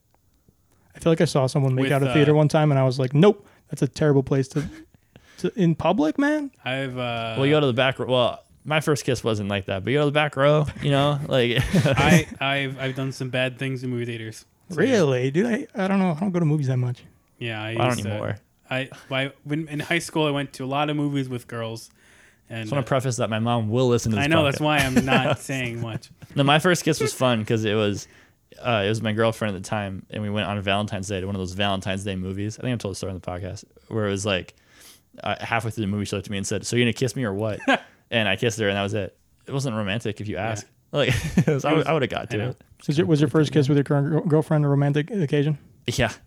I feel like I saw someone make
With,
out a
uh,
theater one time, and I was like, nope, that's a terrible place to, to in public, man.
I've uh,
Well, you go to the back. row. Well, my first kiss wasn't like that, but you go to the back row. You know, like <laughs>
I I've I've done some bad things in movie theaters. So,
Really, dude? I, I don't know. I don't go to movies that much.
Yeah, I,
I don't
used to-
anymore.
I I- when in high school I went to a lot of movies with girls, and
just want to preface that my mom will listen to this.
I know that's
podcast.
why I'm
<laughs>
not saying much.
No, my first kiss was fun because it was, uh, it was my girlfriend at the time, and we went on Valentine's Day to one of those Valentine's Day movies. I think I told the story on the podcast where it was like, uh, halfway through the movie, she looked at me and said, "So you're gonna kiss me or what?" and I kissed her, and that was it. It wasn't romantic if you ask. Like <laughs> it was, I, would- I would have got
I know.
to it.
Was your, was your first kiss with your current girl- girlfriend a romantic occasion? <laughs>
Yeah. <laughs>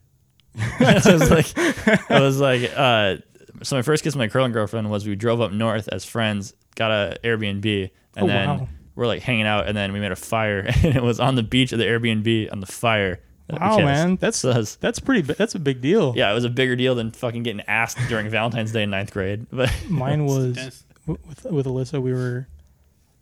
so it was like, it was like, uh, so my first kiss with my curling girlfriend was we drove up north as friends, got a Airbnb, and
Oh,
then
wow.
we're like hanging out, and then we made a fire, <laughs> and it was on the beach of the Airbnb on the fire. that we
Wow,
kissed.
man, that's
So that was-
that's pretty. bi- That's a big deal.
yeah, it was a bigger deal than fucking getting asked during <laughs> Valentine's Day in ninth grade. <laughs> But
Mine was
Dennis?
w- with with Alyssa. We were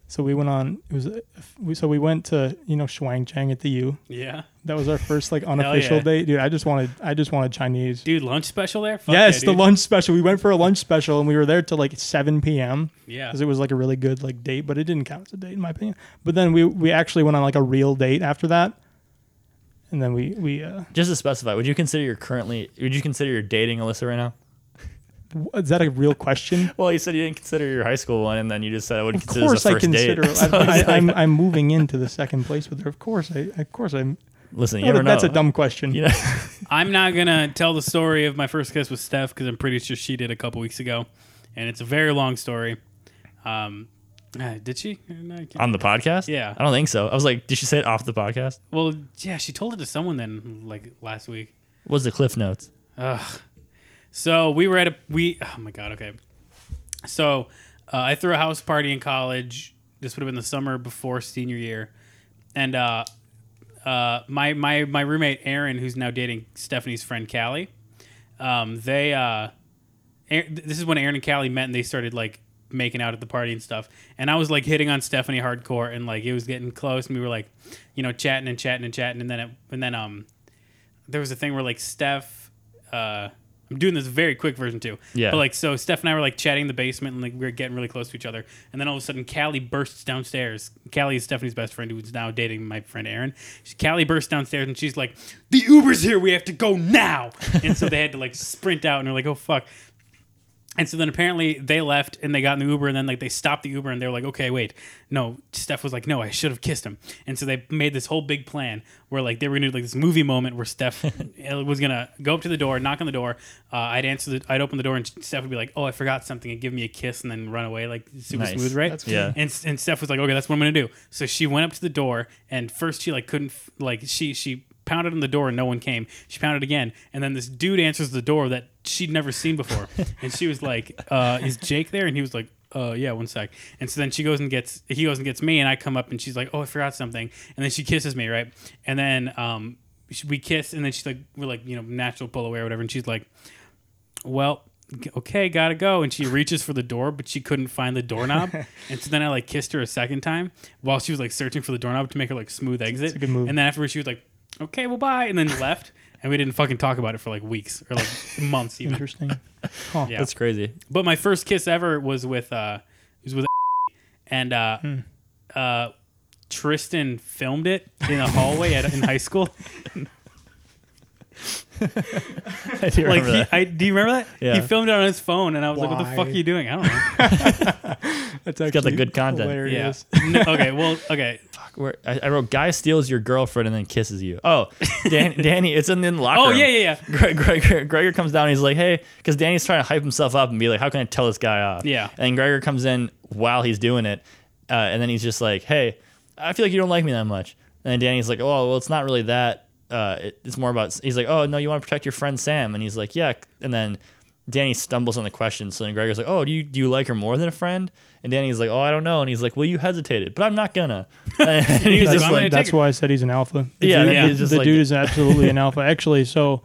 so we went on. It was a- we so we went to you know Shuang Chang at the U.
Yeah,
That was our first like unofficial
yeah.
date, dude. I just wanted I just wanted Chinese.
dude, lunch special there. Fuck
yes,
yeah,
the
dude.
lunch special. We went for a lunch special and we were there till like 7 p.m.
Yeah.
because it was like a really good like date, but it didn't count as a date in my opinion. But then we we actually went on like a real date after that, and then we we uh,
just to specify, would you consider you're currently? Would you consider you're dating Alyssa right now?
w- is that a real question?
Well, you said you didn't consider your high school one, and then you just said I would
Of
consider this
course,
a
I
first
consider.
<laughs> date.
I,
So it's
I,
like-
I'm I'm moving into the second place with her. Of course, I of course I'm.
listen, you
Oh,
never
that- that's
know.
a dumb question.
You know,
I'm not gonna tell the story of my first kiss with Steph because I'm pretty sure she did a couple weeks ago, and it's a very long story. Um, uh, did she? No, I
Uh,
can't.
On the podcast?
Yeah.
I don't think so. I was like, did she say it off the podcast?
Well, yeah, she told it to someone then, like last week.
What was the Cliff Notes?
So we were at a we. Oh my god. Okay. So uh, I threw a house party in college. This would have been the summer before senior year, and uh, uh, my my my roommate Aaron, who's now dating Stephanie's friend Callie, um, they uh, Aar- this is when Aaron and Callie met, and they started like making out at the party and stuff. And I was like hitting on Stephanie hardcore, and like it was getting close, and we were like, you know, chatting and chatting and chatting, and then it, and then um, there was a thing where like Steph, uh, I'm doing this very quick version too.
Yeah.
But like so, Steph and I were like chatting in the basement, and like we were getting really close to each other, and then all of a sudden, Callie bursts downstairs. Callie is Stephanie's best friend, who's now dating my friend Aaron. She, Callie bursts downstairs, and she's like, "The Uber's here. We have to go now." and so they had to like sprint out, and they're like, "Oh fuck." And so then apparently they left and they got in the Uber and then like they stopped the Uber and they were like, okay, wait, no. Steph was like, no, I should have kissed him. And so they made this whole big plan where like they were gonna do like this movie moment where Steph uh, was gonna go up to the door, knock on the door. Uh, I'd answer the, I'd open the door and Steph would be like, oh, I forgot something, and give me a kiss and then run away like super
Nice.
smooth, right?
That's cool. Yeah.
And and Steph was like, okay, that's what I'm gonna do. So she went up to the door and first she like couldn't f- like she she pounded on the door and no one came. She pounded again, and then this dude answers the door that she'd never seen
<laughs>
before, and she was like, uh, "Is Jake there?" And he was like. Uh yeah, one sec. And so then she goes and gets he goes and gets me, and I come up and she's like, "Oh, I forgot something." And then she kisses me, right? And then um sh- we kiss, and then she's like, "We're like you know natural pull away or whatever," and she's like, well g- okay gotta go and she reaches for the door but she couldn't find the
<laughs>
doorknob and so then i like kissed her a second time while she was like searching for the doorknob to make her like smooth exit
a good move.
and then afterwards she was like okay well bye and then left and we didn't fucking talk about it for like weeks or
<laughs>
like months even
Interesting. Huh.
Yeah.
That's crazy.
but my first kiss ever was with uh was with <laughs> and uh
Hmm.
uh Tristan filmed it in a hallway at, in high
<laughs>
school.
<laughs> I do
Like,
remember
he,
that.
I, do you remember that?
Yeah.
He filmed it on his phone, and I was like, "What the
Why?
fuck are you doing?" I don't
<laughs>
know.
That's
got the
actually
good content.
Yeah.
Hilarious.
No, okay. Well. Okay.
Where, I, I wrote, "Guy steals your girlfriend and then kisses you." <laughs> Oh, Dan, Danny, it's in the locker
Oh
room.
yeah, yeah, yeah.
Greg, Greg, Gregor comes down. And he's like, "Hey," because Danny's trying to hype himself up and be like, "How can I tell this guy off?"
Yeah.
And Gregor comes in while he's doing it, uh, and then he's just like, "Hey, I feel like you don't like me that much." And then Danny's like, "Oh, well, it's not really that. Uh, it, it's more about." He's like, "Oh no, you want to protect your friend Sam?" And he's like, "Yeah." And then Danny stumbles on the question. So then Gregor's like, "Oh, do you do you like her more than a friend?" And Danny's like, "Oh, I don't know." And he's like, "Well, you hesitated, but I'm not gonna." <laughs> And he's
He's
just
I'm gonna
like,
take
That's
it.
why I said he's an alpha. The
Yeah,
dude-
yeah. He's just
the
like-
dude is absolutely
<laughs>
an alpha. Actually, so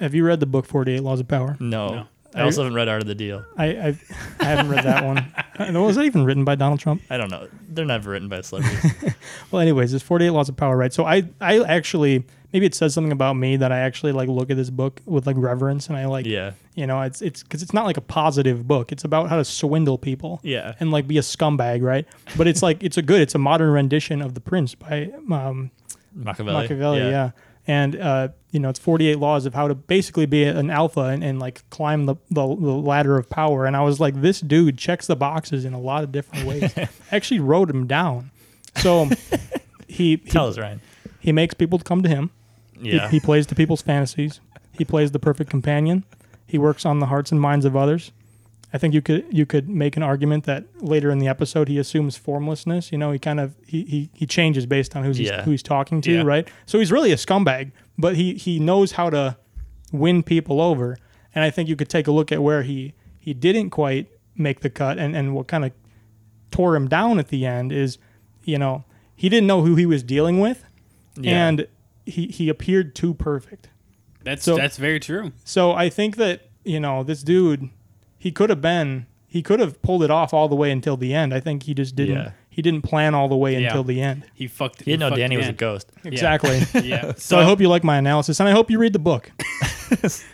have you read the book Forty Eight Laws of Power?
"No."
No.
I also haven't read Art of the Deal.
I I, I haven't read that
<laughs>
one. Uh, Was that even written by Donald Trump?
I don't know. They're never written by celebrities. <laughs>
Well, anyways, it's 48 Laws of Power, right? So I, I actually, maybe it says something about me that I actually like look at this book with like reverence, and I like,
Yeah.
you know, it's it's because it's not like a positive book. It's about how to swindle people,
Yeah.
and like be a scumbag, right? But it's like it's a good, it's a modern rendition of The Prince by um,
Machiavelli.
Machiavelli, yeah. And uh, you know, it's 48 laws of how to basically be an alpha and, and like climb the, the the ladder of power. And I was like, this dude checks the boxes in a lot of different
<laughs>
ways. I actually wrote him down. So he he,
Tell us, Ryan.
he makes people come to him. He-
Yeah.
He, plays to people's fantasies. He plays the perfect companion. He works on the hearts and minds of others. I think you could you could make an argument that later in the episode he assumes formlessness. You know, he kind of he he, he changes based on who's
Yeah.
he's, who he's talking to,
Yeah.
right? So he's really a scumbag, but he he knows how to win people over. And I think you could take a look at where he he didn't quite make the cut and and what kind of tore him down at the end is, you know, he didn't know who he was dealing with,
Yeah.
and he he appeared too perfect.
That's
So-
that's very true.
So I think that you know this dude, he could have been he could have pulled it off all the way until the end. I think he just didn't
Yeah.
he didn't plan all the way
Yeah.
until the end.
He fucked.
He didn't know
fucked
Danny
the
was a
end.
ghost.
Exactly.
<laughs>
Yeah.
<laughs> So I hope you like my analysis, and I hope you read the book.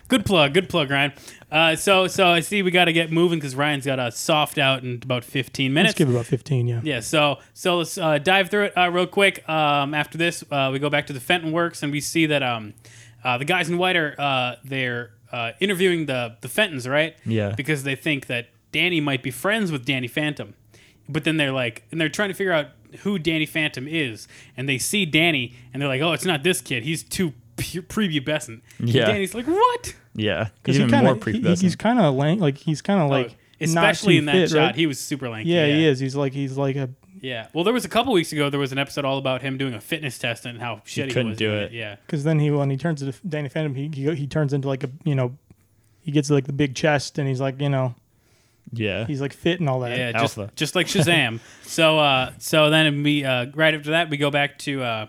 good plug. Good plug, Ryan. Uh, so so I see we got to get moving because Ryan's got a soft out in about 15 minutes.
Let's give it about fifteen. Yeah.
Yeah, so so let's uh, dive through it uh, real quick. Um, after this, uh, we go back to the Fenton Works and we see that um, uh, the guys in white are uh, they're uh, interviewing the the Fentons, right?
Yeah.
Because they think that Danny might be friends with Danny Phantom, but then they're like, and they're trying to figure out who Danny Phantom is, and they see Danny and they're like, oh, it's not this kid. He's too pu- prepubescent. And
Yeah.
Danny's like, what?
Yeah.
Because
He's even
kinda,
more
he-
prepubescent.
he's kind of lank, like he's kind of
Oh,
like
especially in that
fit,
shot,
right?
he was super lanky.
yeah, he is. He's like he's like a
Yeah. Well, there was a couple weeks ago. There was an episode all about him doing a fitness test and how shitty he
couldn't
was
do
doing
it.
Yeah.
because then he when he turns into Danny Phantom, he, he he turns into like a you know he gets like the big chest and he's like you know
yeah.
he's like fit and all that.
Yeah.
Alpha.
Just, just like
<laughs>
Shazam. so uh, so then we uh, right after that we go back to uh,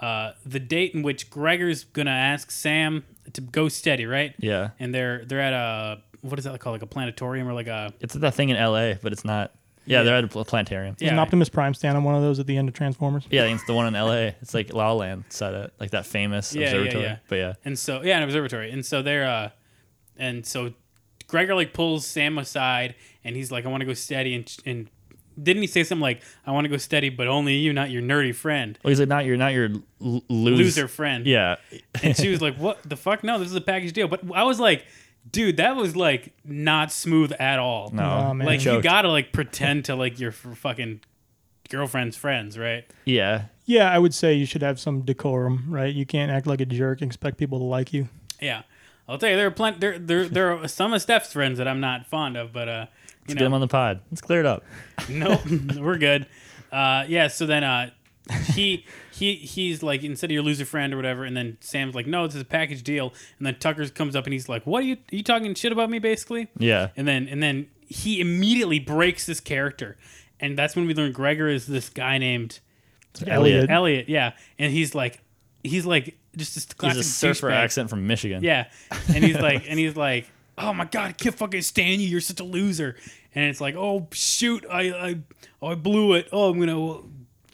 uh, the date in which Gregor's gonna ask Sam to go steady, right?
Yeah.
And they're they're at a what is that called? Like a planetarium or like a
It's that thing in L.A., but it's not. Yeah, they're at a pl- planetarium.
yeah.
An Optimus Prime stand on one of those at the end of Transformers.
Yeah, I think it's the one in L.A. It's like La La Land set it, like that famous
Yeah, yeah,
observatory.
yeah.
But yeah,
And so yeah, an observatory. And so they're uh and so Gregor like pulls Sam aside and he's like, I want to go steady and and didn't he say something like, I want to go steady, but only you, not your nerdy friend.
well, he's like not your not your l- lose-
Loser friend.
Yeah,
And she was like, What the fuck? No, this is a package deal. But I was like, dude, that was like not smooth at all.
<laughs> no,
Nah, man.
Like you
Choked.
gotta like pretend to like your f- fucking girlfriend's friends, right?
yeah,
Yeah, I would say you should have some decorum, right? You can't act like a jerk and expect people to like you.
Yeah. I'll tell you, there are plenty. There, there, there are some of Steph's friends that I'm not fond of, but uh, you
let's
know,
get him on the pod. Let's clear it up.
nope, <laughs> we're good. Uh, yeah. So then, uh, he he he's like, instead of your loser friend or whatever, and then Sam's like, no, this is a package deal. And then Tucker comes up and he's like, what are you are you talking shit about me, basically?
Yeah,
And then and then he immediately breaks this character, and that's when we learn Gregor is this guy named
Elliot.
Elliot. Yeah, and he's like, he's like just this
he's
classic
a surfer
douchebag.
accent from Michigan.
Yeah. And he's like, and he's like, oh my god, I can't fucking stand you. You're such a loser. And it's like, oh shoot, I I oh, I blew it. Oh, I'm gonna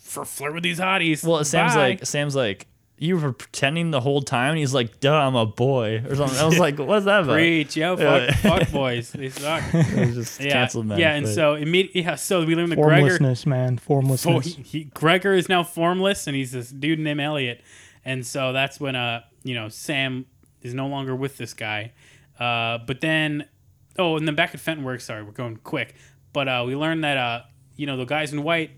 for flirt with these hotties.
Well, Sam's
Bye.
like Sam's like you were pretending the whole time, and he's like, "Duh, I'm a boy" or something. I was like, "What's that about?"
Preach, yo, fuck,
Yeah.
fuck boys, they suck.
<laughs> It was just
Yeah,
canceled, man.
yeah, and
But-
so immediately, yeah, so we learn that Gregor,
Formlessness, man.
oh,
Formlessness.
he, he, Gregor is now formless, and he's this dude named Elliot, and so that's when uh, you know, Sam is no longer with this guy, uh, but then, oh, and then back at Fentonworks, sorry, we're going quick, but uh, we learned that uh, you know, the guys in white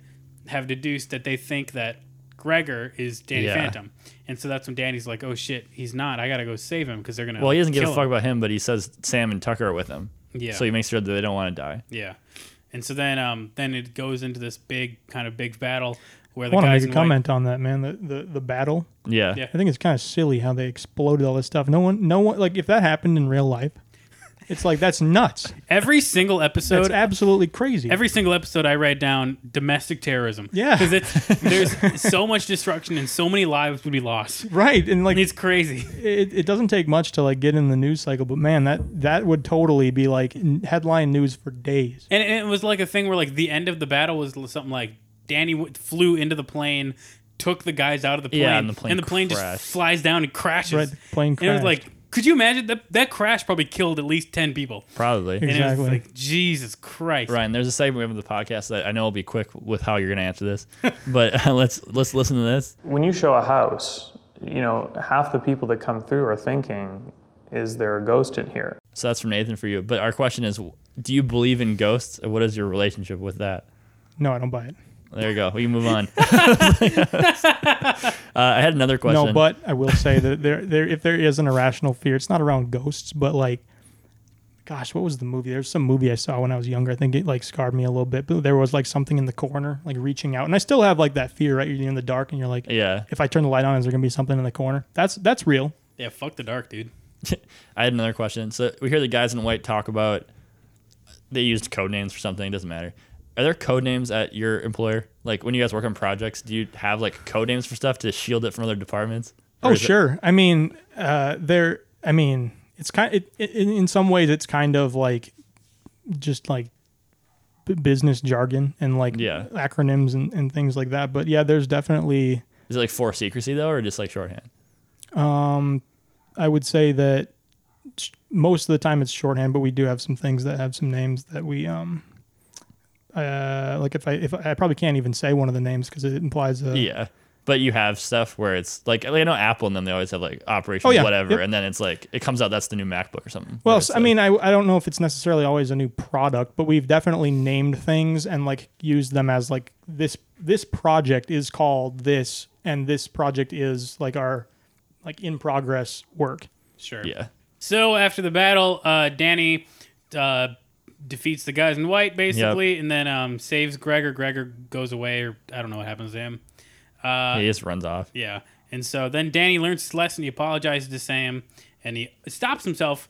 have deduced that they think that Gregor is Danny
Yeah.
Phantom, and so that's when Danny's like, oh shit, he's not, I gotta go save him because they're gonna.
well, he doesn't give a
kill
fuck
him.
about him, but he says Sam and Tucker are with him.
Yeah.
So he makes sure that they don't want to die.
Yeah, and so then um then it goes into this big kind of big battle where
I
the
want to
guys in
make a
white-
comment on that, man. The, the the battle.
Yeah.
Yeah.
I think it's kind of silly how they exploded all this stuff. No one, no one, like if that happened in real life, it's like that's nuts.
every single
That's
episode.
absolutely crazy.
Every single episode I write down domestic terrorism.
Yeah.
because
<laughs>
it's there's so much destruction and so many lives would be lost.
right, and like
It's crazy.
it, it doesn't take much to like get in the news cycle, but man, that that would totally be like n- headline news for days.
And it was like a thing where like the end of the battle was something like Danny w- flew into the plane, took the guys out of the plane,
Yeah, and the plane crashed.
just flies down and crashes.
Right, the plane
And it was
crashed.
like, could you imagine that? That crash probably killed at least ten people.
Probably.
And it
Exactly.
was like, Jesus Christ.
<laughs> Ryan, there's a segment of the podcast that I know will be quick with how you're gonna answer this, <laughs> but uh, let's let's listen to this.
when you show a house, you know, half the people that come through are thinking, is there a ghost in here?
So that's from Nathan for you. But our question is, do you believe in ghosts, or what is your relationship with that?
No, I don't buy it.
There you go. We can
<laughs>
move on. <laughs> uh, I had another question.
No, but I will say that there, there, if there is an irrational fear, it's not around ghosts, but like, gosh, what was the movie? There's some movie I saw when I was younger. I think it like scarred me a little bit, but there was like something in the corner, like reaching out, and I still have like that fear, right? You're in the dark, and you're like,
yeah,
if I turn the light on, is there gonna be something in the corner? That's that's real.
Yeah, fuck the dark, dude.
I had another question. So we hear the guys in white talk about they used code names for something. It doesn't matter. Are there code names at your employer? Like when you guys work on projects, do you have like code names for stuff to shield it from other departments? Or
Oh
is it-
sure. I mean, uh, there. I mean, it's kind. It, it, in in some ways, it's kind of like just like b- business jargon and like
Yeah.
acronyms and, and things like that. But yeah, there's definitely.
is it like for secrecy though, or just like shorthand?
I would say that sh- most of the time it's shorthand, but we do have some things that have some names that we um. Uh, like if I if I, I probably can't even say one of the names because it implies a
Yeah, but you have stuff where it's like, like I know Apple and them they always have like Operation
Oh, yeah.
whatever,
Yep.
and then it's like it comes out that's the new MacBook or something.
Well,
Where
s
it's
I I
like-
mean, I, I don't know if it's necessarily always a new product, but we've definitely named things and like used them as like this this project is called this, and this project is like our like in progress work.
Sure.
yeah,
So after the battle, uh, Danny uh, defeats the guys in white basically, and then um, saves Gregor. Gregor goes away, or I don't know what happens to him.
he just runs off.
Yeah, and so then Danny learns his lesson. He apologizes to Sam, and he stops himself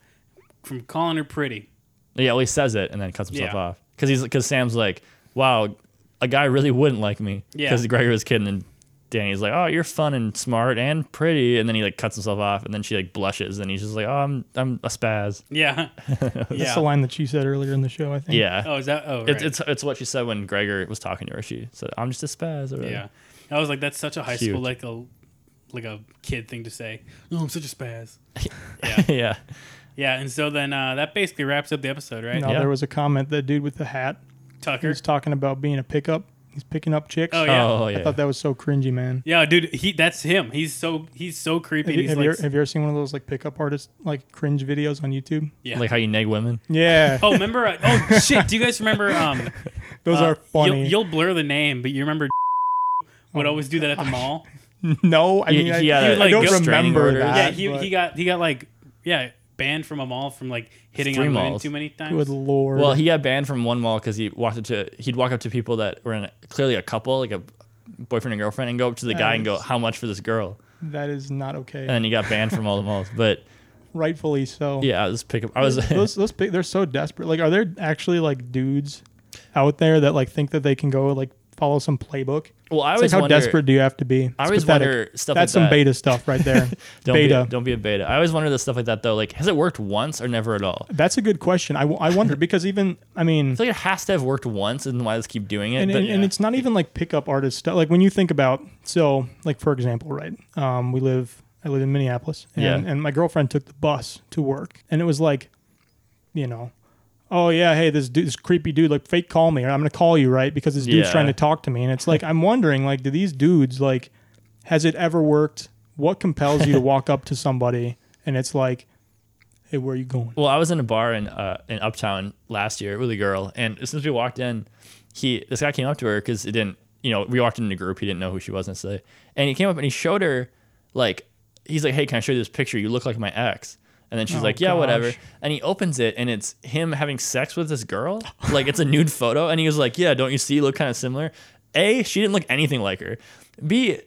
from calling her pretty. <laughs>
Yeah, well, he says it and then cuts himself
Yeah.
off because he's because Sam's like, "Wow, a guy really wouldn't like me."
Yeah.
because Gregor was kidding and Danny's like, "Oh, you're fun and smart and pretty," and then he like cuts himself off, and then she like blushes, and he's just like, "Oh, I'm I'm a spaz." <laughs>
Yeah.
That's
yeah.
the line that she said earlier in the show, I think.
Yeah,
Oh, is that? Oh, right.
it's, it's it's what she said when Gregor was talking to her. She said, "I'm just a spaz." Or whatever.
yeah. I was like, that's such a high
Cute.
school like a like a kid thing to say. Oh, I'm such a spaz.
<laughs> yeah,
Yeah, and so then uh, that basically wraps up the episode, right?
No,
Yeah.
there was a comment that dude with the hat, he
Tucker.
was talking about being a pickup. He's picking up chicks.
Oh, yeah.
Oh yeah.
I thought that was so cringy, man.
Yeah, dude, he that's him. He's so he's so creepy.
Have you,
and
have,
he's
you,
like,
have you ever seen one of those like pickup artist like cringe videos on YouTube?
yeah.
Like how you neg women.
Yeah,
<laughs> oh, remember? Uh, oh shit! Do you guys remember? Um,
<laughs> those
uh,
are funny. Oh
You'll, you'll blur the name, but you remember <laughs> would always do that at the
<laughs>
mall.
<laughs> no, I
He-
mean, I,
he had
I
a- like,
don't
restraining
remember
order.
that.
Yeah, he,
but-
he got he got like yeah banned from a mall from like hitting
Three
on women
malls.
too many times.
good lord.
Well, he got banned from one mall because he walked up to he'd walk up to people that were in clearly a couple, like a boyfriend and girlfriend, and go up to the guy and go,
Nice.
"How much for this girl?"
that is not okay.
And then he got banned from all the malls. But
Rightfully so.
yeah, <laughs> I was pick up. I was
those those big, they're so desperate. Like, are there actually like dudes out there that like think that they can go like follow some playbook?
<laughs> well. I
It's like
always
how
wonder-
desperate do you have to be? It's
I always
pathetic.
wonder stuff
That's some
like that.
beta stuff right there.
<laughs> Don't
beta.
Be, don't be a beta. I always wonder the stuff like that though. Like, has it worked once or never at all?
That's a good question. I, w- I wonder because even I mean,
It's like it has to have worked once, and why does it keep doing it?
and,
but
and, and it's not even like pickup artist stuff. Like when you think about, so like for example, right? Um, we live, I live in Minneapolis, and,
Yeah.
and my girlfriend took the bus to work, and it was like, you know, oh yeah, hey, this dude, this creepy dude, like fake call me, or I'm gonna call you, right? Because this dude's
Yeah.
trying to talk to me, and it's like I'm wondering, like, do these dudes like, has it ever worked? What compels
<laughs>
you to walk up to somebody and it's like, hey, where are you going?
Well, I was in a bar in uh, in Uptown last year with a girl, and as soon as we walked in, he this guy came up to her because it didn't, you know, we walked in a group. He didn't know who she was necessarily, and he came up and he showed her like he's like, "Hey, can I show you this picture? You look like my ex." And then she's like, "Yeah, whatever."
gosh.
And he opens it, and it's him having sex with this girl. Like it's a nude photo, and he was like, "Yeah, don't you see? You look kind of similar." A, she didn't look anything like her. B,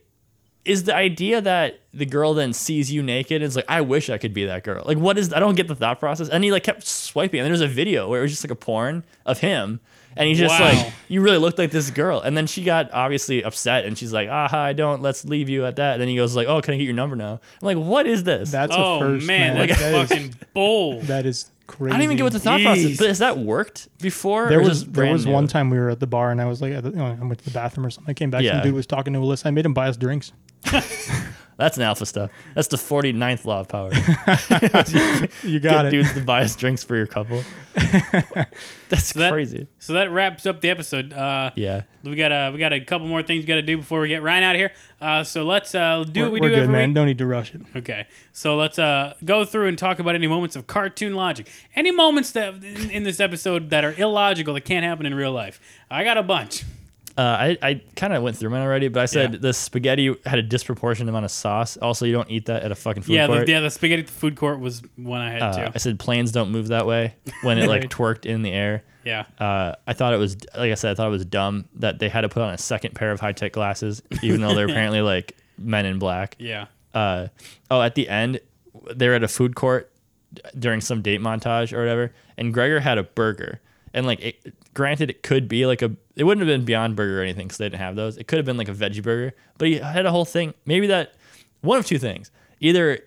is the idea that the girl then sees you naked and is like, I wish I could be that girl. Like, what is? I don't get the thought process. And he like kept swiping, and there was a video where it was just like a porn of him, and he's just
Wow.
like, you really look like this girl. And then she got obviously upset, and she's like, aha, I don't. Let's leave you at that. And then he goes like, oh, can I get your number now? I'm like, what is this?
That's
oh
a first,
man,
Like,
that's
that is-
fucking bold.
<laughs> that is crazy.
I don't even get what the thought
Jeez.
process. But has that worked before?
There
or
was
just
there
brand
was
new?
one time we were at the bar and I was like, I I went to the bathroom or something. I came back,
Yeah.
some dude was talking to Alyssa. I made him buy us drinks.
That's an alpha stuff. That's the 49th law of power.
You <laughs> got
Get
it.
dudes to buy us drinks for
<laughs>
your couple. That's
that-
crazy.
So that wraps up the episode. Uh,
Yeah.
We got a we got a couple more things we got to do before we get Ryan out of here. Uh, so let's uh, do
We're,
what we
we're
do
good,
every
man.
week.
Don't need to rush it.
Okay, so let's uh, go through and talk about any moments of cartoon logic, any moments that in, in this episode that are illogical that can't happen in real life. I got a bunch.
Uh, I, I kind of went through mine already, but I said the spaghetti had a disproportionate amount of sauce. Also, you don't eat that at a fucking food
yeah, the,
court.
yeah, the spaghetti at the food court was one I had
uh, I
too.
said planes don't move that way when it
<laughs>
like twerked in the air.
Yeah,
Uh, I thought it was like I said, I thought it was dumb that they had to put on a second pair of high tech glasses, even though
<laughs>
they're apparently like men in black.
yeah,
uh, oh, at the end, they're at a food court during some date montage or whatever, and Gregor had a burger. And like, it, granted, it could be like a, it wouldn't have been Beyond Burger or anything because they didn't have those. It could have been like a veggie burger, but he had a whole thing. Maybe that, one of two things. Either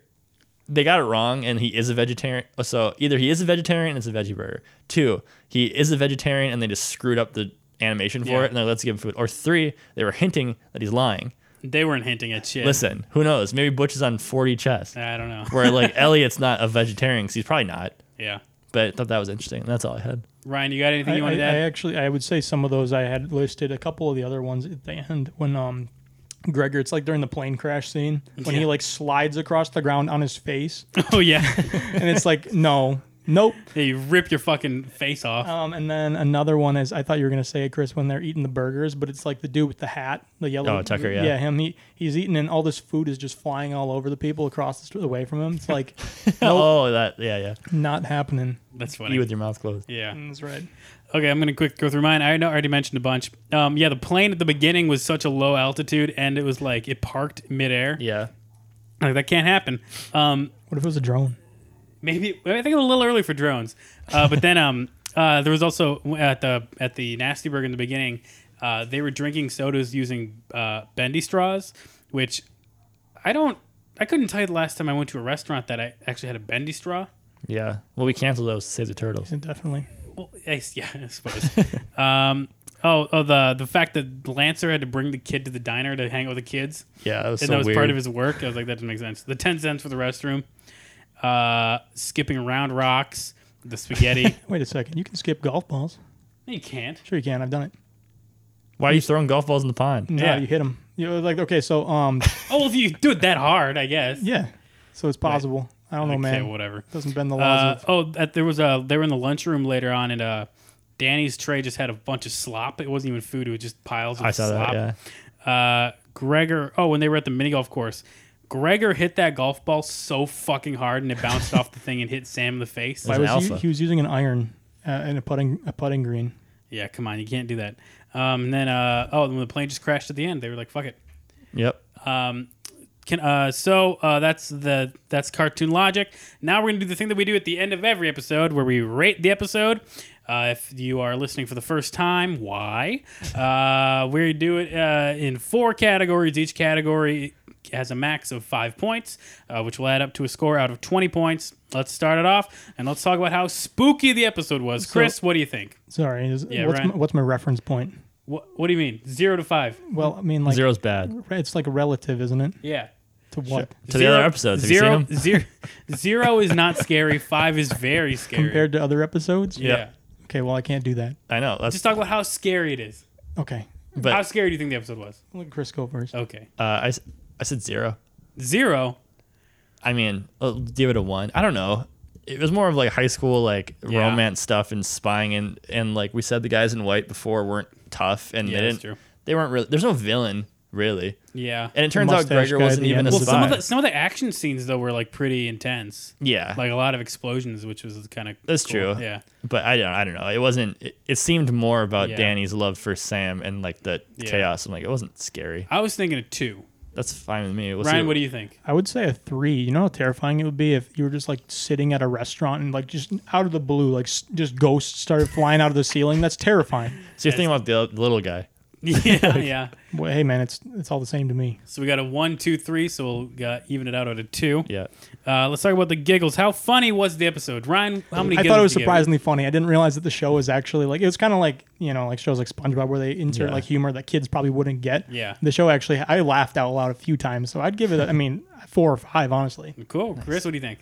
they got it wrong and he is a vegetarian. uh, So either he is a vegetarian and it's a veggie burger. Two, he is a vegetarian and they just screwed up the animation for
Yeah.
it and they're like, let's give him food. Or three, they were hinting that he's lying.
they weren't hinting at shit.
Listen, who knows? Maybe Butch is on 40 chest.
I don't know. <laughs>
Where like Elliot's not a vegetarian, 'cause he's probably not.
yeah,
But I thought that was interesting. That's all I had.
<laughs> Ryan, you got anything
I,
you wanted
I-
to
I
add?
actually I would say some of those I had listed. A couple of the other ones at the end when um Gregor, it's like during the plane crash scene when he
Yeah.
like slides across the ground on his face,
<laughs> oh yeah,
and it's like no, nope.
yeah, you rip your fucking face off.
Um, and then another one is I thought you were gonna say Chris when they're eating the burgers, but it's like the dude with the hat, the yellow.
Oh, Tucker, yeah.
yeah, him. He he's eating, and all this food is just flying all over the people across the street away from him. It's like
Oh, that yeah, yeah.
not happening.
That's funny.
You with your mouth closed.
yeah.
That's right.
Okay, I'm gonna quick go through mine. I know I already mentioned a bunch. Um, yeah, the plane at the beginning was such a low altitude, and it was like it parked midair.
Yeah.
Like, that can't happen. Um,
What if it was a drone?
maybe I think it was a little early for <laughs> drones. Uh, but then um, uh, there was also at the at the Nasty Burger in the beginning. uh, they were drinking sodas using uh, bendy straws, which I don't. I couldn't tell you the last time I went to a restaurant that I actually had a bendy straw.
Yeah. Well, we canceled those to save
<laughs>
the turtles.
Definitely.
Well, I s <laughs> yeah, I
<laughs>
suppose. um, oh, oh, the the fact that Lancer had to bring the kid to the diner to hang out with the kids,
Yeah, that was
and
so
that was
weird.
part of his work. I was like, that doesn't make sense. The ten cents for the restroom, uh, skipping around rocks, the
<laughs>
spaghetti.
Wait a second. You can skip golf balls.
No, you can't.
Sure, you can. I've done it.
Why are
<laughs>
you throwing golf balls in the pond?
No,
Yeah.
you hit them. You know, like okay, so um, <laughs>
Oh, if you do it that hard, I guess.
yeah, so it's possible. I don't know,
okay,
man.
whatever.
Doesn't bend the
Uh,
laws
oh, that, there was a. They were in the lunchroom later on, and uh, Danny's tray just had a bunch of slop. It wasn't even food; it was just piles of
I saw
slop.
that. Yeah.
uh, Gregor. Oh, when they were at the mini golf course, Gregor hit that golf ball so fucking hard, and it bounced off the thing and hit Sam in the face.
of. I
an
was u-
alpha.
he was using an iron uh, and a putting a putting green.
Yeah, come on, you can't do that. Um, and then, uh, oh, when the plane just crashed at the end, they were like, "Fuck it."
Yep.
Um, Can, uh, so uh, that's the that's cartoon logic. Now we're gonna do the thing that we do at the end of every episode, where we rate the episode. Uh, if you are listening for the first time, why? Uh, we do it uh, in four categories. Each category has a max of five points, uh, which will add up to a score out of twenty points. Let's start it off, and let's talk about how spooky the episode was. Chris, what do you think?
Sorry, is,
Yeah,
what's,
Ryan.
my, what's my reference point?
What, what do you mean? Zero to five?
Well, I mean, like
Zero's bad.
it's like relative, isn't it?
Yeah.
To what
To the other episodes. Have
zero,
you seen them?
zero-
<laughs>
zero is not scary. Five is very scary.
compared to other episodes?
yeah.
Okay, well, I can't do that.
I know. That's,
Just talk about how scary it is.
Okay,
but
how
uh,
scary do you think the episode was?
let Chris go first.
Okay.
I, s- I said zero.
Zero.
I mean, I'll give it a one. I don't know. It was more of like high school, like
Yeah.
romance stuff and spying, and and like we said, the guys in white before weren't tough, and
Yeah,
they
that's
didn't.
true.
They weren't really. There's no villain really,
Yeah.
and it turns out
Mustache
Gregor
guy at
wasn't
the
even
end.
a
Well,
well, some
spy.
of the some of the action scenes though were like pretty intense.
yeah,
Like a lot of explosions, which was kind of
That's true.
Yeah.
but I don't. I don't know. It wasn't. It, it seemed more about
Yeah.
Danny's love for Sam and like the
Yeah.
chaos. I'm like, it wasn't scary.
I was thinking of two.
That's fine with me. We'll see
Ryan, what do you
<laughs>
think?
I would say a three. You know how terrifying it would be if you were just like sitting at a restaurant and like just out of the blue, like s- just ghosts started flying out of the ceiling. That's terrifying.
So you're thinking about the, the little guy.
yeah, <laughs> yeah.
Well, hey man, it's it's all the same to me.
So we got a one, two, three. So we'll got, even it out at a two.
Yeah.
Uh, let's talk about the giggles. How funny was the episode, Ryan? How many?
I
giggles
thought it was
did you give
surprisingly funny. I didn't realize that the show was actually like it was kind of like you know like shows like SpongeBob where they insert
Yeah.
like humor that kids probably wouldn't get.
Yeah.
the show actually I laughed out loud a few times, so I'd give it. a- I mean, four or five honestly.
Cool, Chris. What do you think?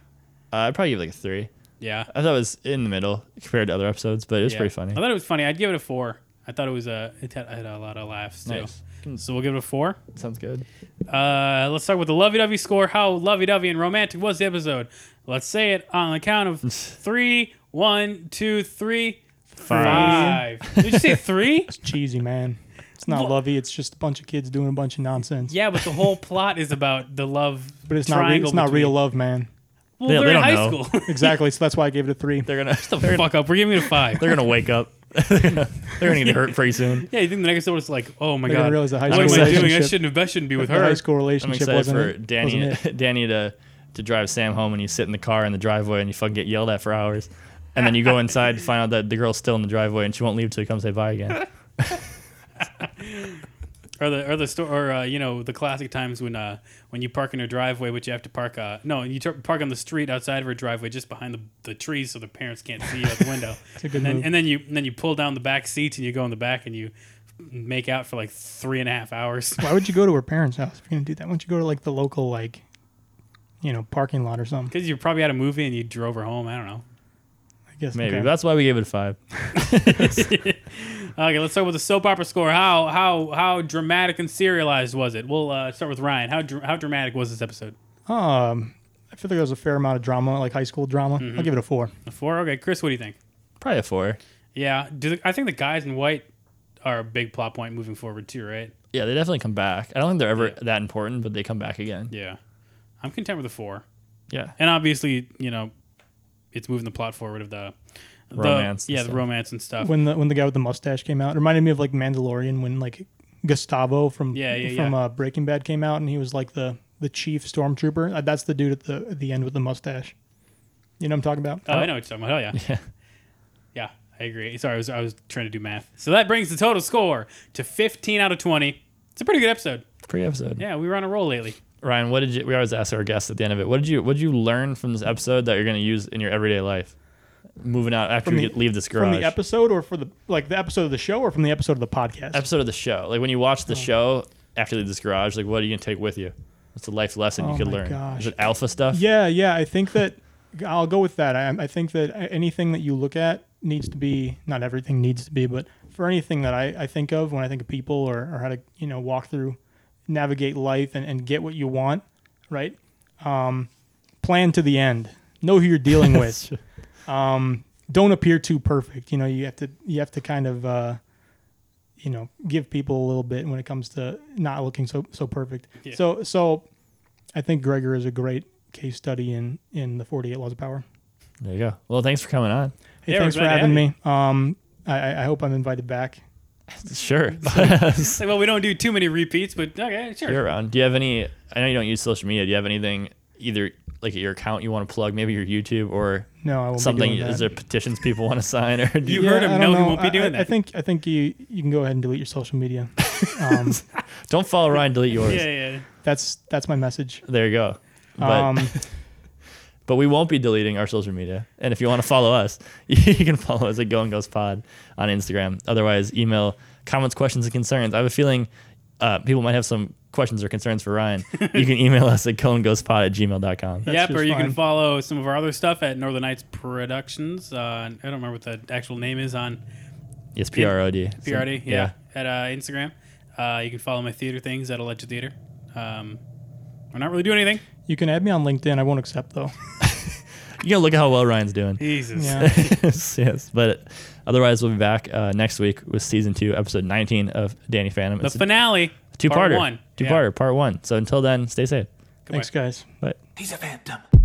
Uh, I'd probably give it like a three.
Yeah,
I thought it was in the middle compared to other episodes, but it was
Yeah.
pretty funny.
I thought it was funny. I'd give it a four. I thought it was a. It had, I had a lot of laughs too.
Nice. Hmm.
So we'll give it a four.
Sounds good.
Uh, let's talk about the lovey-dovey score. How lovey-dovey and romantic was the episode? Let's say it on the count
<laughs>
of three, one, two, three, five. Did you say three? <laughs>
Cheesy man, it's not
Well-
lovey. It's just a bunch of kids doing a bunch of nonsense.
yeah, but the whole plot is about the love.
but it's not re-
triangle
it's not
between-
real love, man.
Well,
They-
they're
they
in
don't
high
know. <laughs>
school.
Exactly. so that's why I gave it a three.
They're
<laughs>
gonna
Fuck up. We're giving it a five.
they're gonna wake up. <laughs> they're gonna get hurt pretty soon.
Yeah, you think the next episode was like, oh my
They're
god,
gonna realize the high
what am
school
I doing? I
relationship-
shouldn't have. I shouldn't be with
The
her.
high school
I'm
relationship
excited
wasn't
for
it?
Danny
Wasn't
<laughs>
it?
Danny to to drive Sam home, and you sit in the car in the driveway, and you fucking get yelled at for hours, and then you go inside to find out that the girl's still in the driveway, and she won't leave till you come say
<laughs>
bye again.
Or the or the store or uh, you know the classic times when uh when you park in her driveway, but you have to park uh no you tur park on the street outside of her driveway, just behind the, the trees, so the parents can't see you out the
<laughs>
window.
a good
and then
move.
and then you and then you pull down the back seats and you go in the back and you make out for like three and a half hours. <laughs>
Why would you go to her parents' house if you're gonna do that? Why don't you go to like the local like, you know, parking lot or something?
Because you probably had a movie and you drove her home. I don't know.
I guess
Maybe
okay.
that's why we gave it a five.
Okay, let's start with the soap opera score. How how how dramatic and serialized was it? We'll uh, start with Ryan. How dr- how dramatic was this episode?
Um, I feel like there was a fair amount of drama, like high school drama.
Mm-hmm.
I'll give it a four.
A four. Okay, Chris, what do you think?
Probably a four.
Yeah, do the, I think the guys in white are a big plot point moving forward too, right?
Yeah, they definitely come back. I don't think they're ever
Yeah.
that important, but they come back again.
Yeah, I'm content with the four,
Yeah.
and obviously, you know, it's moving the plot forward of the the-
Romance and
yeah, the
stuff.
romance and stuff.
When the when the guy with the mustache came out, it reminded me of like Mandalorian when like Gustavo from
Yeah, yeah,
from
yeah.
Uh, Breaking Bad came out, and he was like the the chief stormtrooper. Uh, that's the dude at the at the end with the mustache. You know what I'm talking about?
Uh,
<laughs>
oh, I know what you're talking about. Oh yeah, yeah, yeah. I agree. Sorry, I was, I was trying to do math. So that brings the total score to 15 out of 20. It's a pretty good episode.
Pretty episode.
Yeah, we were on a roll
<laughs>
lately.
Ryan, what did you? We always ask our guests at the end of it. What did you? What did you learn from this episode that you're going to use in your everyday life? Moving out after
From the-
you get, leave this
From
garage.
the episode or for the like the episode of the show or from the episode of the podcast?
episode of the show. Like when you watch the
Oh.
show after you leave this garage, like what are you going to take with you? What's the life lesson
Oh
you could
my
learn?
gosh.
Is it alpha stuff?
Yeah, yeah. I think that I'll go with that. I, I think that anything that you look at needs to be not everything needs to be, but for anything that I, I think of when I think of people or, or how to you know walk through, navigate life and, and get what you want, right? Um, plan to the end. Know who you're dealing with. Um, don't appear too perfect. You know, you have to you have to kind of uh, you know give people a little bit when it comes to not looking so so perfect. So so I think Gregor is a great case study in in the 48 laws of power.
There you go. Well, thanks for coming on.
Hey,
Yeah, we're
thanks for
glad to
having me. Um, I- I, I hope I'm invited back. <laughs>
Sure. <laughs>
It's like, well, we don't do too many repeats, but okay, sure.
you're around. Do you have any? I know you don't use social media. Do you have anything either like at your account you want to plug, maybe your YouTube or
No, I won't be
something?
doing that.
Is there petitions people want to
<laughs>
sign or? Do
You
you,
heard him.
I
No,
don't
he
know.
won't be
I-
doing
I, I
that.
think I think you you can go ahead and delete your social
<laughs>
media. Um,
<laughs> don't follow Ryan. Delete yours.
Yeah, yeah.
that's that's my message.
There you go. But,
Um,
but we won't be deleting our social media. And if you want to follow us, <laughs> you can follow us at Go and Goes Pod on Instagram. Otherwise, email comments, questions, and concerns. I have a feeling uh, people might have some questions or concerns
<laughs>
for Ryan. you can email us at goandgoespod at gmail.com.
Yep, or
just
you can
fine.
follow some of our other stuff at Northern Nights Productions. Uh, I don't remember what the actual name is on
Yes, P-R-O-D. So,
PRD. yeah. At uh, Instagram. Uh, you can follow my theater things at Alleged Theater. Um, we're not really doing anything.
you can add me on LinkedIn. I won't accept though.
You gotta look at how well
<laughs>
Ryan's doing. <laughs>
Jesus.
Yeah.
yes, yes. But otherwise, we'll be back uh, next week with season two, episode 19 of Danny Phantom.
The finale.
two-parter.
Part one. Yeah.
Two-parter, part one. So until then, stay safe.
Goodbye.
Thanks, guys.
Bye.
He's a phantom.